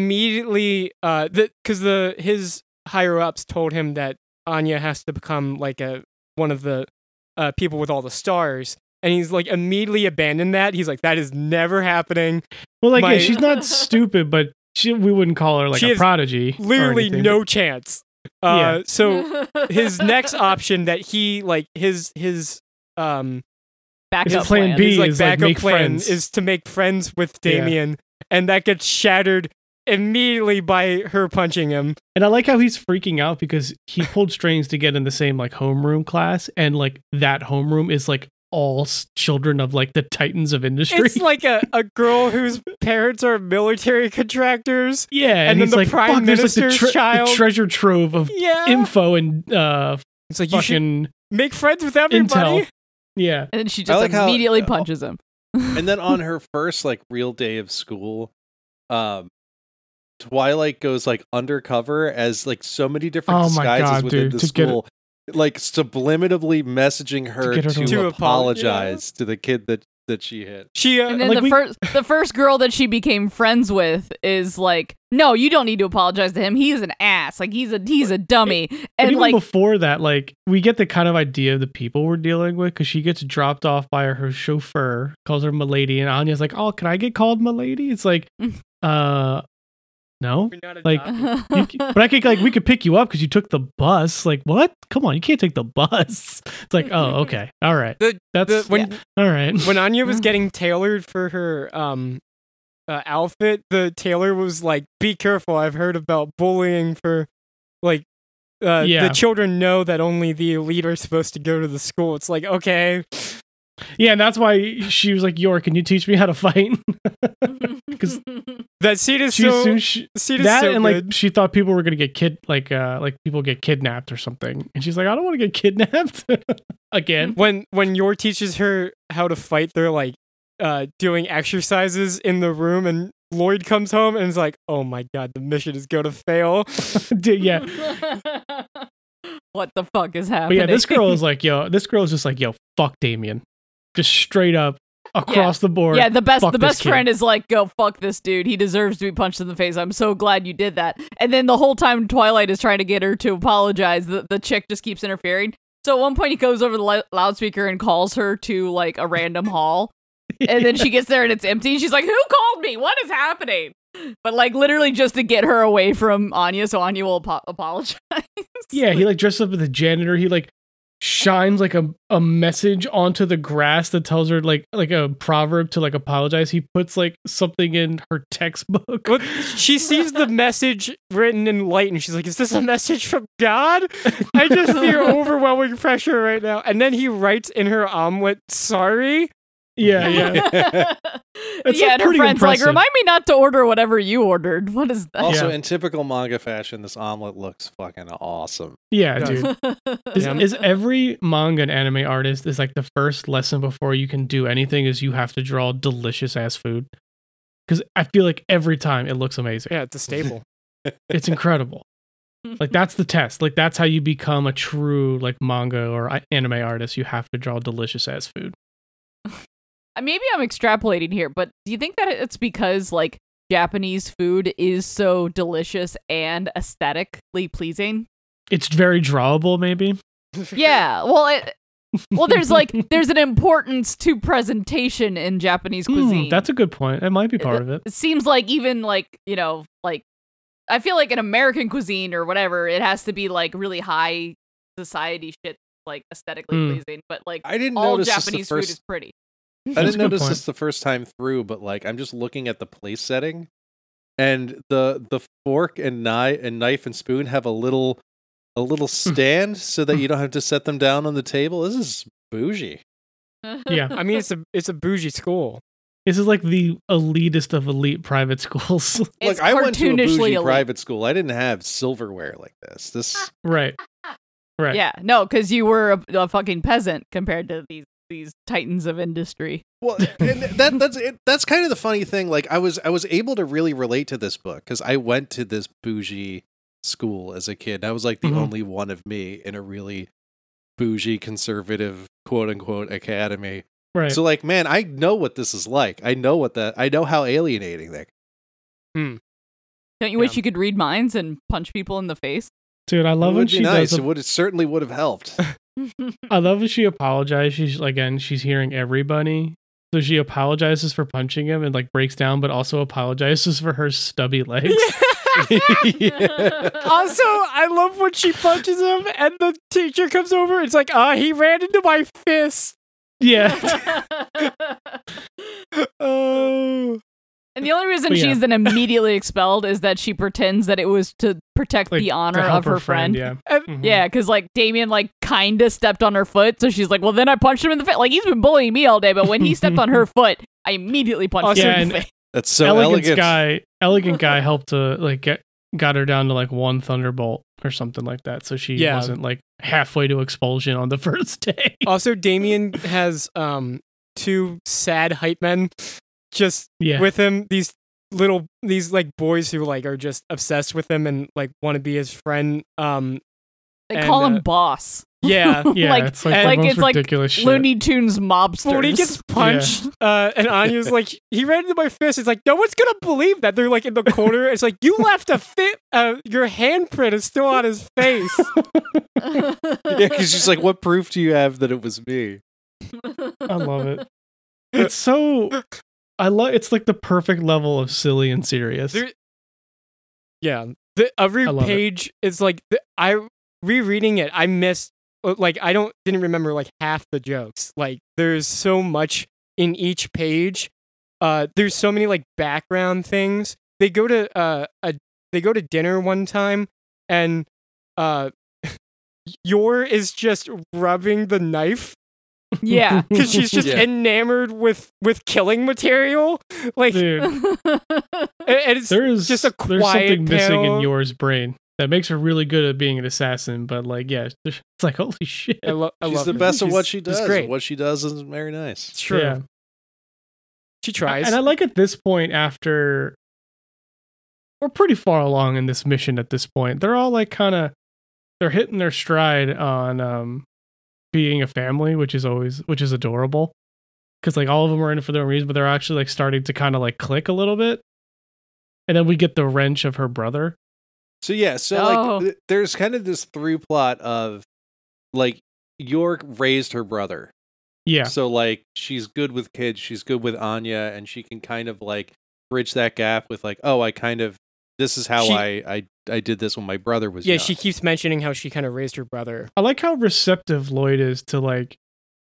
immediately uh the because the his higher ups told him that anya has to become like a one of the uh people with all the stars and he's like immediately abandoned that he's like that is never happening Well, like My- yeah, she's not <laughs> stupid, but she, we wouldn't call her like She a has prodigy. or literally anything, no chance uh Yeah. so <laughs> his next option that he like his his um His backup plan plan. B his like is, like, backup make plan friends. is to make friends with Yeah. damien and that gets shattered immediately by her punching him And I like how he's freaking out because he pulled strings to get in the same like homeroom class, and like that homeroom is like all s- children of like the titans of industry. It's like a, a girl whose parents are military contractors. <laughs> yeah, and, and then he's the like, prime "Fuck, there's, like, the minister's tre- the child." treasure trove of Yeah. info and uh it's like you should fucking make friends with everybody. intel." Yeah, and then she I just like how- immediately uh, punches him. and then on her first like real day of school, um Twilight goes like undercover as like so many different Oh my disguises God, within dude, the to get- school. like subliminally messaging her get to, her to- To apologize. apologize to the kid that that she <laughs> hit. She uh, And then like the we- first the first girl that she became friends with is like, no, you don't need to apologize to him. He's an ass. Like he's a he's a dummy. But And even like before that, like we get the kind of idea of the people we're dealing with because she gets dropped off by her chauffeur, calls her Milady, and Anya's like, "Oh, can I get called Milady?" It's <laughs> like, Mm. uh, no. Like, You c- but I could like we could pick you up because you took the bus. Like what? Come on, you can't take the bus. <laughs> It's like oh okay, all right. The- the, That's when all right. when Anya was getting tailored for her um uh, outfit, the tailor was like, "Be careful! I've heard about bullying for like." Uh, Yeah. The children know that only the elite are supposed to go to the school. It's like, okay, <laughs> yeah, and that's why she was like, "Yor, can you teach me how to fight?" <laughs> because that scene is she so assumed she, scene is that so and good. like she thought people were gonna get kid like uh like people get kidnapped or something, and she's like, "I don't want to get kidnapped <laughs> <laughs> again." when when your teaches her how to fight they're like uh doing exercises in the room and lloyd comes home and is like oh my god the mission is going to fail Dude, yeah, what the fuck is but happening? yeah, this girl is like, "Yo, this girl is just like, yo, fuck Damien," just straight up across the board. <laughs> Yeah, the best fuck the this best kid. friend is like, go fuck this dude. He deserves to be punched in the face. I'm so glad you did that. And then the whole time Twilight is trying to get her to apologize, the, the chick just keeps interfering. So at one point he goes over the lou- loudspeaker and calls her to like a <laughs> random hall. And then she gets there and it's empty. She's like, Who called me? What is happening? But like literally just to get her away from Anya so Anya will apo- apologize. Yeah, he like dresses up as a janitor. He like shines like a, a message onto the grass that tells her like like a proverb to like apologize. He puts like something in her textbook. Well, she sees the message written in light and she's like is this a message from god i just <laughs> feel overwhelming pressure right now and then he writes in her omelet sorry <laughs> Yeah, <laughs> yeah. It's, yeah, like, and her pretty impressive. friend's like, remind me not to order whatever you ordered. What is that? Also, Yeah. in typical manga fashion, this omelet looks fucking awesome. Yeah, Yeah. dude. <laughs> Is, Yeah. is every manga and anime artist is like the first lesson before you can do anything is you have to draw delicious ass food. Cause I feel like every time it looks amazing. <laughs> yeah it's a staple <laughs> It's incredible. Like that's the test. Like that's how you become a true like manga or a- anime artist. You have to draw delicious ass food. Uh, maybe I'm extrapolating here, but do you think that it's because like Japanese food is so delicious and aesthetically pleasing? It's very drawable, maybe. Hmm, Yeah. Well, it, well, <laughs> there's like there's an importance to presentation in Japanese Hmm, cuisine. that's a good point. That might be part of it. it seems like even like you know like I feel like in American cuisine or whatever, it has to be like really high society shit, like aesthetically Hmm. pleasing. But like I didn't all notice this Japanese the first. food is pretty. <laughs> I That's didn't a good notice point. this the first time through, but like I'm just looking at the place setting, and the the fork and knife and knife and spoon have a little a little Hmm. stand so that you don't have to set them down on the table. This is bougie. Yeah. I mean, it's a it's a bougie school. This is like the elitist of elite private <laughs> schools, it's Look, I went to a cartoonishly bougie elite. private school. I didn't have silverware like this. This right? Right. Yeah, no, because you were a, a fucking peasant compared to these these titans of industry. well, and that that's it, that's kind of the funny thing. Like I was I was able to really relate to this book because I went to this bougie school as a kid. I was like the Mhm. only one of me in a really bougie conservative quote unquote academy. Right. So like, man, I know what this is like. I know what that. I know how alienating that. Don't you Yeah. wish you could read minds and punch people in <laughs> the face? Dude, I it love when would she be nice. does. It would it certainly would have helped. <laughs> I love when she apologizes. She's again, she's hearing everybody. So she apologizes for punching him and like breaks down, but also apologizes for her stubby <laughs> legs. <laughs> Also, I love when she punches him, and the teacher comes over. It's like, ah, he ran into my fist. yeah. Oh, and the only reason But yeah. she's then immediately expelled is that she pretends that it was to protect <laughs> Like, the to honor help of her, friend. Yeah. <laughs> And- Mhm. Yeah, because like Damien like kinda stepped on her foot, so she's like, "Well, then I punched him in the face." Like he's been bullying me all day, but when he stepped <laughs> on her foot, I immediately punched Also- him in Yeah, the face. That's so elegant, elegant. guy, elegant <laughs> guy helped to like get got her down to like one thunderbolt or something like that. So she Yeah. Oh, wasn't like halfway to expulsion on the <laughs> first day. also, Damien has um two sad hype men just yeah. with him. These little these like boys who like are just obsessed with him and like want to be his friend. Um, They And, call uh, him boss. yeah. <laughs> yeah, like- it's like, and- the like, most it's like ridiculous shit. Looney Tunes mobsters. When he <laughs> gets punched, uh, and Anya's like, he ran into my fist. It's like, no one's gonna believe that. They're like in the corner. It's like you left a fit. Uh, your handprint is still on his face. <laughs> Yeah, because she's like, what proof do you have that it was me? I love <laughs> it. It's so I love it's like the perfect level of silly and serious. There- yeah, the, every I love it. page is like the, I rereading it. I missed uh, like I don't didn't remember like half the jokes. Like there's so much in each page. Uh, there's so many like background things. They go to uh a they go to dinner one time and uh. <laughs> Yor is just rubbing the knife <laughs> yeah. because she's just Yeah. enamored with with killing material. <laughs> Like, and, Dude, and it's there is just a there's something quiet missing in panel. yours brain that makes her really good at being an assassin, but like yeah, <laughs> it's like holy shit. I, lo- I She's love the her. best at She's- what she she's does. Great. and What she does is very nice. It's true. Yeah. She tries. And I like at this point after we're pretty far along in this mission at this point. They're all like kind of they're hitting their stride on um being a family, which is always which is adorable. Cuz like all of them are in it for their own reason, but they're actually like starting to kind of like click a little bit. And then we get the wrench of her brother. So yeah, so Oh. like th- there's kind of this through plot of like York raised her brother. Yeah. So like she's good with kids, she's good with Anya, and she can kind of like bridge that gap with like, oh, I kind of this is how She- I, I I did this when my brother was yeah, young. she keeps mentioning how she kind of raised her brother. I like how receptive Lloyd is to like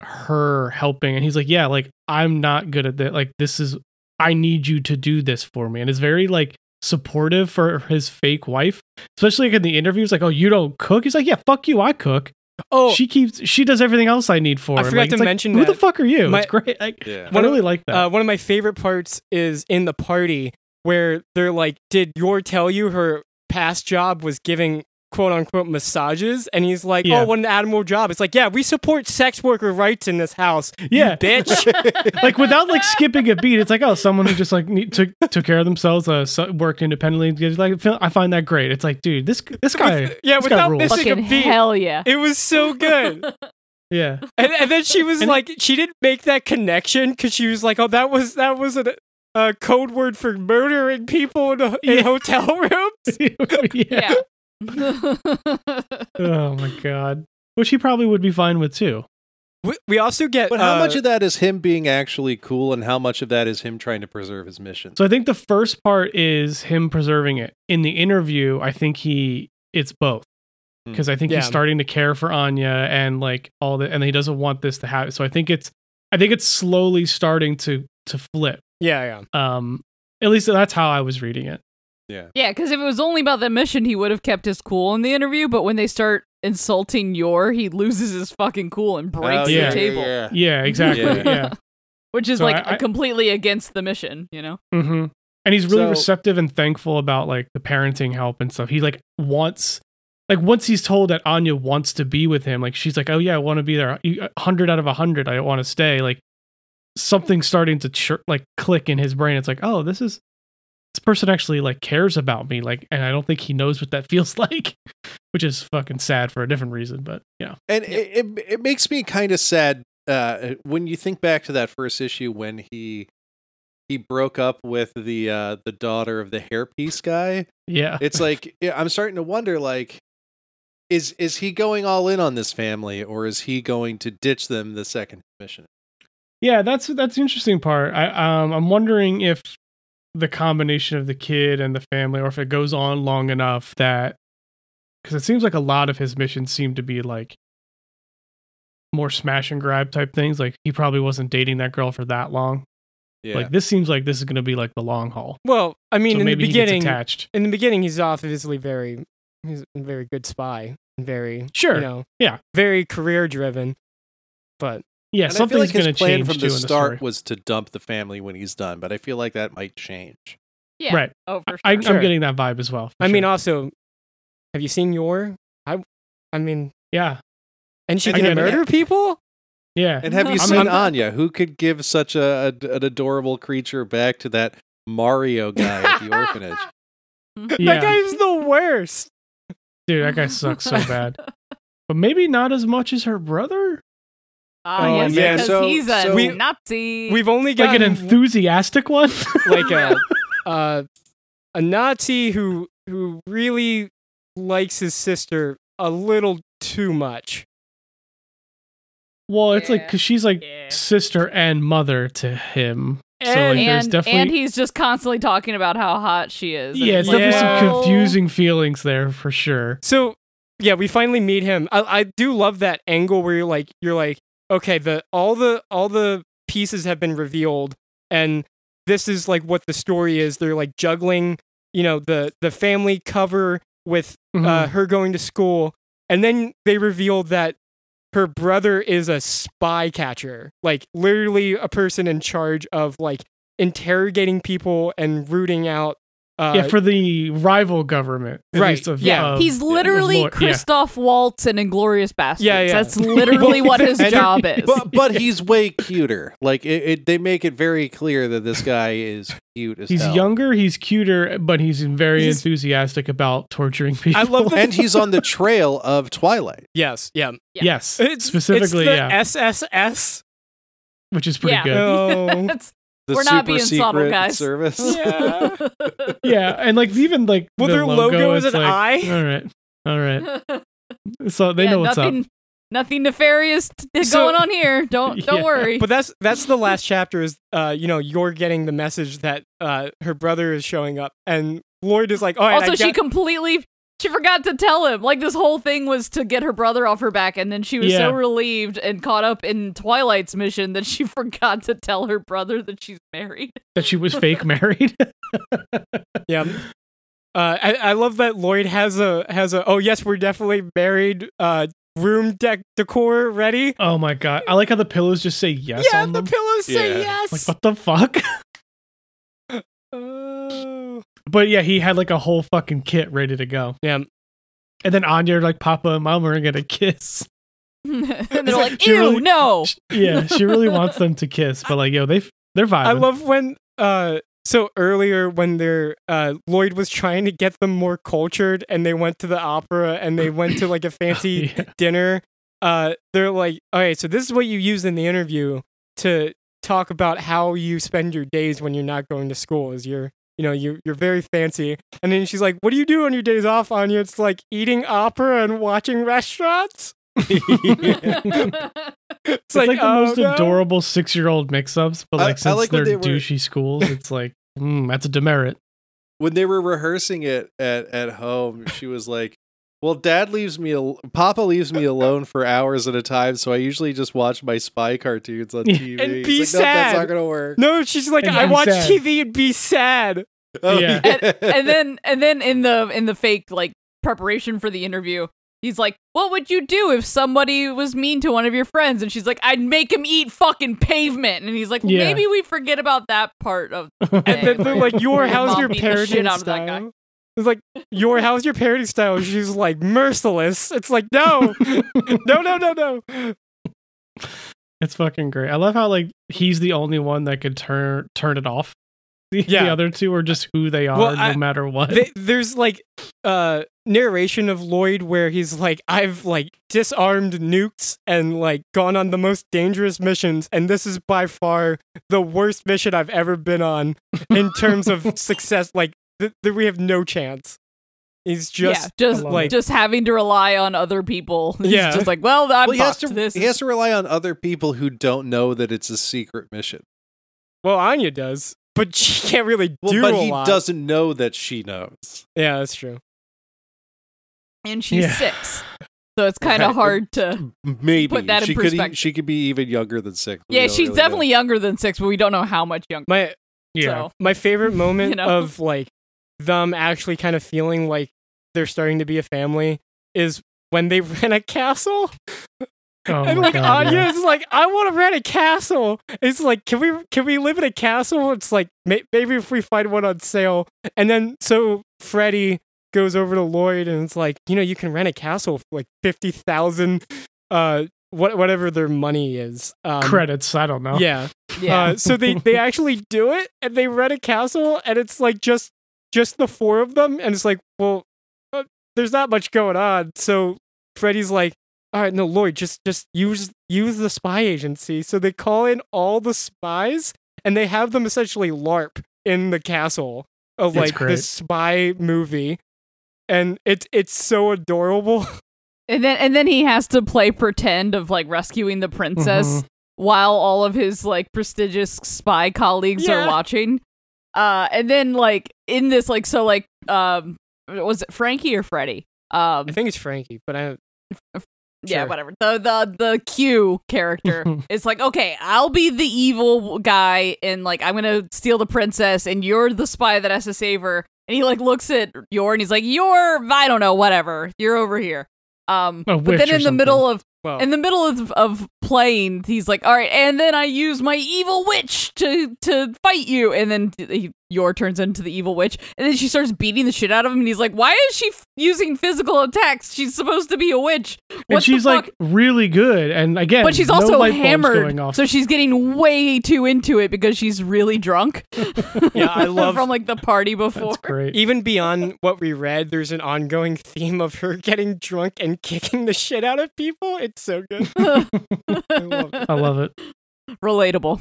her helping and he's like, Yeah, like I'm not good at that. Like this is I need you to do this for me. And it's very like supportive for his fake wife. Especially like in the interviews, like, Oh, you don't cook? He's like, Yeah, fuck you, I cook. Oh, she keeps she does everything else I need for I him. forgot Like, to it's like, mention Who the that. fuck are you? My- it's great. Like <laughs> <laughs> yeah. I One of- really like that. uh, one of my favorite parts is in the party where they're like, "Did Yor tell you her past job was giving quote unquote massages, and he's like, Yeah. "Oh, what an admirable job!" It's like, "Yeah, we support sex worker rights in this house, Yeah. <laughs> bitch." like without like skipping a beat, it's like oh, someone who just like need, took took care of themselves, uh, so, worked independently. Gives like I find that great. It's like dude, this this guy, this yeah, guy without rules. missing a Fucking beat. hell yeah. it was so good. yeah, And, and then she was And- like, she didn't make that connection because she was like, "Oh, that was that was a uh, code word for murdering people in, a, in Yeah. hotel <laughs> rooms." <laughs> yeah. Yeah. yeah. Oh my god, which he probably would be fine with too. We, we also get But how uh, much of that is him being actually cool, and how much of that is him trying to preserve his mission? So I think the first part is him preserving it. In the interview, I think he it's both. Hmm. Because I think Yeah. he's starting to care for Anya and like all the and he doesn't want this to happen. So I think it's I think it's slowly starting to to flip. Yeah, yeah. Um at least that's how I was reading it. Because if it was only about the mission, he would have kept his cool in the interview. But when they start insulting Yor, he loses his fucking cool and Oh, Oh, breaks yeah, yeah, the table, Yeah, exactly. Yeah. Yeah. which is So like I- I- completely against the mission. You know. hmm And he's really So- receptive and thankful about like the parenting help and stuff. He like wants, like once he's told that Anya wants to be with him, like she's like, oh yeah, I want to be there. You- a Hundred out of a hundred, I want to stay. Like something's starting to chir- like click in his brain. It's like, oh, this is this person actually like cares about me. Like, and I don't think he knows what that <laughs> feels like, which is fucking sad for a different reason. But yeah, And it, it it makes me kind of sad uh, when you think back to that first issue when he he broke up with the uh, the daughter of the hairpiece guy. yeah, <laughs> It's like yeah, I'm starting to wonder like is is he going all in on this family or is he going to ditch them the second mission? Yeah, that's that's the interesting part. I um I'm wondering if the combination of the kid and the family, or if it goes on long enough that, because it seems like a lot of his missions seem to be like more smash and grab type things. Like he probably wasn't dating that girl for that long. Yeah. Like this seems like this is gonna be like the long haul. Well, I mean, so in the maybe he beginning, gets attached. in the beginning, he's obviously very, he's a very good spy, and very, Sure. you know, Yeah. very career driven. But yeah, and I feel something's like gonna his plan change from too the in the start story. was to dump the family when he's done, but I feel like that might change. Yeah. Right. Oh, for sure. I, Sure. I'm getting that vibe as well. for I mean, sure. also, have you seen your? I, I mean, yeah, and she And can then- murder people. yeah. And have you I'm- seen I'm- Anya, who could give such a, a- an adorable creature back to that Mario guy at the <laughs> orphanage? Yeah. That guy's the worst. Dude, that guy sucks so bad. But maybe not as much as her brother. Ah, Oh, yes, yeah, because so- he's a so- We- Nazi. We've only Like gotten an enthusiastic one. <laughs> like a, uh, a Nazi who who really likes his sister a little too much. <laughs> well, it's like Yeah. because she's like Yeah. sister and mother to him. So like, And- there's and, definitely and he's just constantly talking about how hot she is. And yeah, it's like, definitely some well- confusing feelings there for sure. So yeah, we finally meet him. I, I do love that angle where you're like you're like okay, the all the all the pieces have been revealed, and this is like what the story is. They're like juggling, you know, the the family cover with Mm-hmm. uh, Mm. her going to school, and then they reveal that her brother is a spy catcher, like literally a person in charge of like interrogating people and rooting out. Uh, yeah, for the rival government. at Right, least of- yeah. of- He's literally Yeah. Christoph Waltz and Inglorious Bastards. Yeah, yeah. That's literally <laughs> what his And- job is. But but he's way cuter. Like it, it they make it very clear that this guy is cute as he's hell. younger, he's cuter, but he's very He's- enthusiastic about torturing people. I <laughs> love that. and he's on the trail of Twilight. yes, yeah. Yeah. Yes, It's specifically, it's the yeah, <laughs> SSS. which is pretty Yeah. good. <laughs> Oh, That's- The We're super not being secret subtle, guys. service. yeah. yeah, and like even like Well, the their logo, is it's an like, <laughs> eye. All right, all right. So they Yeah, know what's up. nothing, Nothing nefarious t- t- So- going on <laughs> here. Don't don't Yeah. worry. But that's that's the last chapter. Is uh, you know, you're getting the message that uh, her brother is showing up, and Lloyd is like, all right, also, I she got- completely she forgot to tell him. Like this whole thing was to get her brother off her back, and then she was Yeah. so relieved and caught up in Twilight's mission that she <laughs> forgot to tell her brother that she's <laughs> married. <laughs> that she was fake married. <laughs> Yeah. Uh, I, I love that Lloyd has a has a oh yes we're definitely married uh room deck decor ready. oh my god! I like how the pillows just say yes yeah, on the them. pillows say Yeah. like yes. what the fuck? <laughs> Oh. but yeah, he had like a whole fucking kit ready to go. yeah. And then Anya, like Papa and Mama, are gonna kiss. and they're like, She ew, really- no. <laughs> Yeah, she really wants them to kiss, but like, yo, they f- they're vibing. I love when uh so earlier when their uh Lloyd was trying to get them more cultured and they went to the opera and they went <laughs> to like a fancy Yeah. dinner, uh they're like, "All right, so this is what you use in the interview to talk about how you spend your days when you're not going to school is you're you know, you're, you're very fancy. And then she's like, What do you do on your days off, Anya? It's like eating opera and watching <laughs> restaurants. <laughs> <laughs> It's It's, like, the "Oh, most no." adorable six year old mix ups, but I- like I since like when they're they were- douchey schools, it's like mm, that's a demerit. when they were rehearsing it at, at home, she was like, "Well, Dad leaves me, al- Papa leaves me alone for hours at a time, so I usually just watch my spy cartoons on Yeah. TV." <laughs> And It's like, be "No, that's not sad." gonna work. No, she's like, And I be watch sad. TV and be sad. Oh, Yeah. and then and then in the in the fake like preparation for the interview he's like what would you do if somebody was mean to one of your friends and she's like i'd make him eat fucking pavement and he's like Yeah. maybe we forget about that part <laughs> of And then they're like, Your "Your how's mom your beat the shit parenting out of that guy. style?" It's like, "Your how's your parenting style?" She's like, "Merciless." It's like, <laughs> "No, Oh. no, no, no, no." It's fucking great. I love how like he's the only one that could turn turn it off. <laughs> The, the Yeah. other two are just who they are, Well, I- no matter what. Th- There's like uh narration of Lloyd where he's like, "I've like disarmed nukes and like gone on the most dangerous missions, and this is by far the worst mission I've ever been on in <laughs> terms of success. Like, th- th- we have no chance." He's just yeah, just I love like- just having to rely on other people <laughs> He's Yeah. just like well i'm well, he has fucked. to this he has to rely on other people who don't know that it's a secret mission. Well, Anya does, but she can't really Well, do but a he lot. doesn't know that she <clears throat> knows. Yeah, that's true. <laughs> and she's Yeah. six so it's kind of Right. hard to Maybe that in she could e- perspective. she could be even younger than six. We yeah don't she's really know. definitely younger than six but we don't know how much younger My yeah, so my favorite <laughs> moment You know? of like them actually kind of feeling like they're starting to be a family is when they <laughs> rent a castle oh and my like God, Anya yeah. is like, I want to rent a castle. It's like, can we can we live in a castle? It's like may- maybe if we find one on sale. And then so Freddy goes over to Lloyd and it's like, you know, you can rent a castle for like fifty thousand, uh, what whatever their money is. Um, credits. I don't know. Yeah. yeah Uh, so they they actually do it, and they rent a castle, and it's like just just the four of them, and it's like, well, uh, there's not much going on. So Freddy's like, all right, no, Lloyd, just just use use the spy agency. So they call in all the spies, and they have them essentially LARP in the castle of That's like great. this spy movie, and it's it's so adorable. And then and then he has to play pretend of like rescuing the princess Mm-hmm. while all of his like prestigious spy colleagues Yeah. are watching. Uh and then like in this like so like um was it Frankie or Freddy? Um I think it's Frankie, but I yeah, sure. whatever. The the the Q <laughs> character is like, "Okay, I'll be the evil guy and like I'm going to steal the princess and you're the spy that has to save her." And he like looks at Yor and he's like, "You're I don't know, whatever. You're over here." Um A witch but then or in the something. middle of Oh. well, in the middle of, of playing, he's like, "All right," and then I use my evil witch to to fight you, and then he, Yor turns into the evil witch, and then she starts beating the shit out of him, and he's like, "Why is she f- using physical attacks? She's supposed to be a witch." and What she's the fuck? like really good. And again, but she's no also light bulbs hammered, Going off. so she's getting way too into it because she's really drunk yeah, I love <laughs> from like the party <laughs> before. that's great. even beyond what we read, there's an ongoing theme of her getting drunk and kicking the shit out of people. It's so good. I love it. I love it. <laughs> Relatable.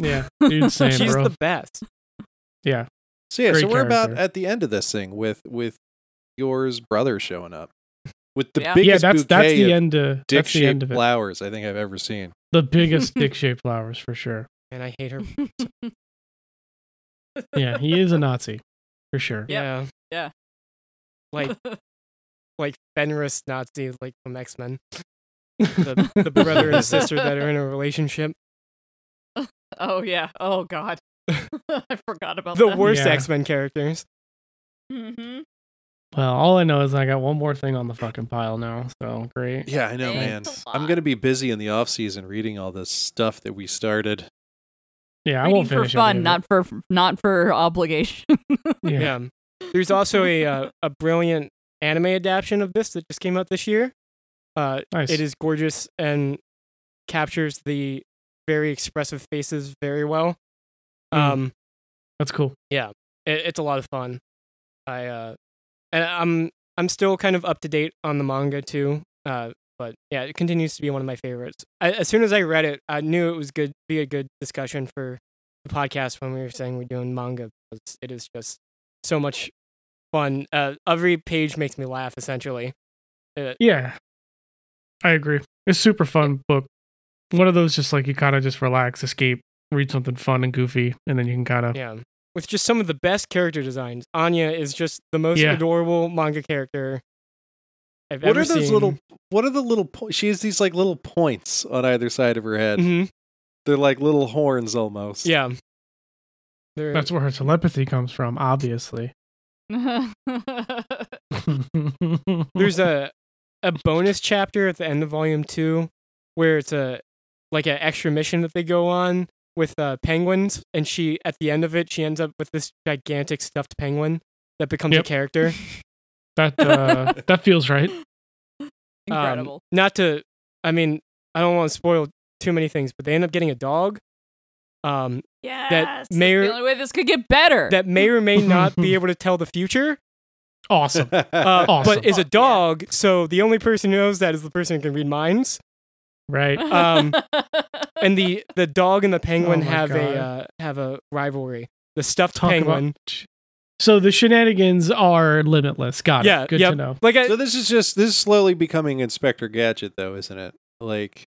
Yeah, dude, same, <laughs> She's bro. the best. yeah, So yeah, Great so we're about character. at the end of this thing with with yours brother showing up with the Yeah. Yeah, biggest yeah. That's that's bouquet the of end. Of, that's the end dick-shaped of it. flowers I think I've ever seen. The <laughs> biggest dick shaped flowers for sure. And I hate her. Yeah, he is a Nazi for sure. Yeah. Yeah. Like like Fenris Nazi, like from X Men. <laughs> The, the brother and sister that are in a relationship. oh yeah. Oh god. <laughs> I forgot about The that. worst Yeah. X Men characters. Mhm. Well, all I know is I got one more thing on the fucking pile now. So great. Yeah, I know, man. Thanks a I'm lot. gonna be busy in the off season reading all this stuff that we started. Yeah, I Reading won't finish for fun, any of not for not for obligation. <laughs> it. yeah. uh, Yeah. There's also a uh, a brilliant anime adaptation of this that just came out this year. Uh, <laughs> Nice. It is gorgeous and captures the very expressive faces very well. Mm. Um, That's cool. it, it's a lot of fun. I uh, and I'm I'm still kind of up to date on the manga too. Uh, but yeah, it continues to be one of my favorites. I, as soon as I read it, I knew it was good. Be a good discussion for the podcast when we were saying we're doing manga because it is just so much fun. Uh, every page makes me laugh. Essentially, Yeah. I agree. It's super fun book. One of those just like you kind of just relax, escape, read something fun and goofy, and then you can kind of yeah. With just some of the best character designs, Anya is just the most Yeah. adorable manga character. I've What ever are those seen. little? What are the little? Po- she has these like little points on either side of her head. Mhm, They're like little horns almost. <laughs> Yeah, They're- That's where her telepathy comes from, obviously. <laughs> there's a a bonus chapter at the end of volume two where it's a like an extra mission that they go on with uh, penguins and she at the end of it she ends up with this gigantic stuffed penguin that becomes Yep. a character Um, that <laughs> uh, that feels right. um, Incredible. not to i mean i don't want to spoil too many things but they end up getting a dog um, yes. that's may or- the only way this could get better. that may or may <laughs> not be able to tell the future Awesome. uh, Awesome. but is a Fuck yeah. dog so the only person who knows that is the person who can read minds <laughs> Right. <laughs> um, and the the dog and the penguin <laughs> Oh my have God. a uh, have a rivalry. The stuffed Talk penguin. about So the shenanigans are limitless. Got it. Yeah, Good yep. to know. like I, so this is just this is slowly becoming Inspector Gadget, though, isn't it? Like,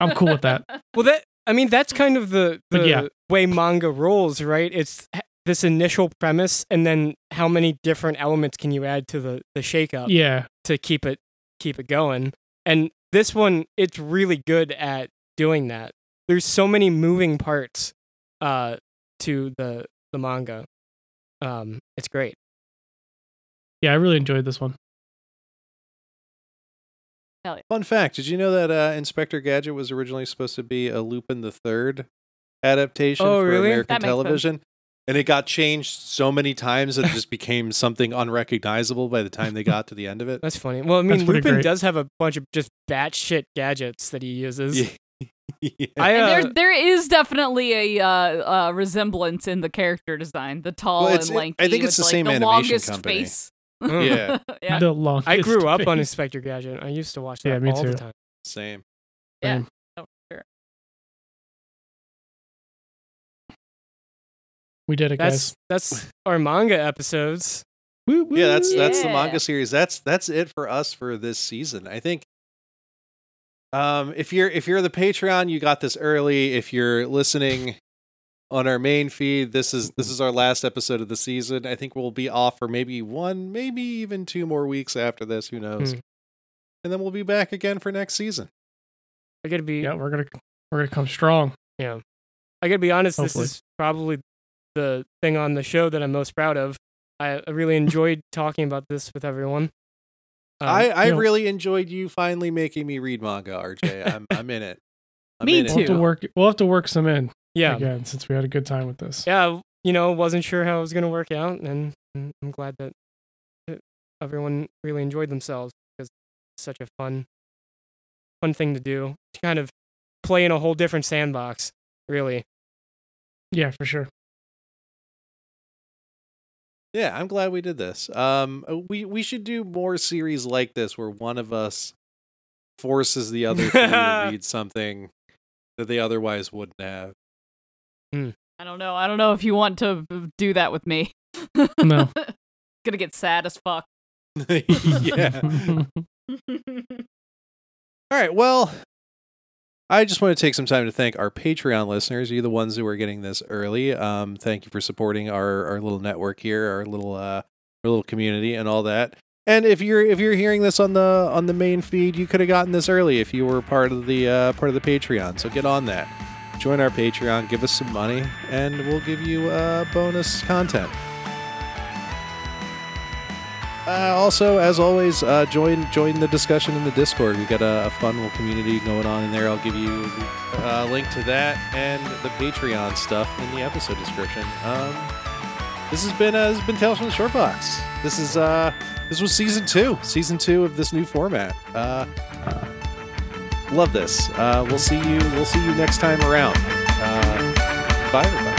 I'm cool with <laughs> that. well that I mean that's kind of the But the yeah. way manga rolls, right? It's h- this initial premise and then how many different elements can you add to the the shakeup Yeah. to keep it keep it going. And this one it's really good at doing that. There's so many moving parts uh to the the manga. Um it's great. Yeah, I really enjoyed this one. fun fact: Did you know that uh, Inspector Gadget was originally supposed to be a Lupin the Third adaptation Oh, for really? American That makes sense. television? And it got changed so many times that it just became something unrecognizable by the time they got to the end of <laughs> it. That's funny. Well, I That's mean, pretty Lupin great. does have a bunch of just batshit gadgets that he uses. Yeah. <laughs> Yeah. I And uh, there, there is definitely a uh, uh, resemblance in the character design. The tall Well, it's- and lanky. I think it's with, the like, same the animation longest company. face. <laughs> mm. <laughs> Yeah. yeah. The long. I grew <laughs> up on Inspector Gadget. I used to watch that Yeah, me all the too. time. Same. Yeah. Same. Oh, sure. We did it, That's guys. that's our manga episodes. Woo, woo. Yeah, that's that's the Yeah. manga series. That's that's it for us for this season. I think um if you're if you're the Patreon, you got this early. If you're listening on our main feed, this is this is our last episode of the season. I think we'll be off for maybe one, maybe even two more weeks after this, who knows. Hmm. And then we'll be back again for next season. I gotta be Yeah, we're gonna we're gonna come strong. I gotta be honest. Hopefully. This is probably the thing on the show that I'm most proud of. I I really enjoyed talking about this with everyone. Um, I, I you know- really enjoyed you finally making me read manga, RJ. I'm I'm in it. I'm Me in it. We'll have to Two. work. We'll have to work some in yeah again since we had a good time with this. yeah you know wasn't sure how it was gonna work out, and and I'm glad that uh, everyone really enjoyed themselves because it's such a fun fun thing to do to kind of play in a whole different sandbox. Really, Yeah, for sure. Yeah, I'm glad we did this. Um, uh, we we should do more series like this where one of us forces the other three to read something that they otherwise wouldn't have. <laughs> I don't know. I don't know if you want to do that with me. No. <laughs> Gonna get sad as fuck. <laughs> yeah. <laughs> All right. Well, I just want to take some time to thank our Patreon listeners. You're the ones who are getting this early. Um, thank you for supporting our our little network here, our little uh, our little community, and all that. And if you're if you're hearing this on the on the main feed, you could have gotten this early if you were part of the uh, part of the Patreon. So get on that. Join our Patreon, give us some money, and we'll give you uh, bonus content. Uh, also, as always, uh, join join the discussion in the Discord. We got a, a fun little community going on in there. I'll give you uh, a link to that and the Patreon stuff in the episode description. Um, This has been uh, this has been Tales from the Short Box. This is uh this was season two, season two of this new format. Uh, love this. Uh, we'll see you. We'll see you next time around. Uh, bye, everybody.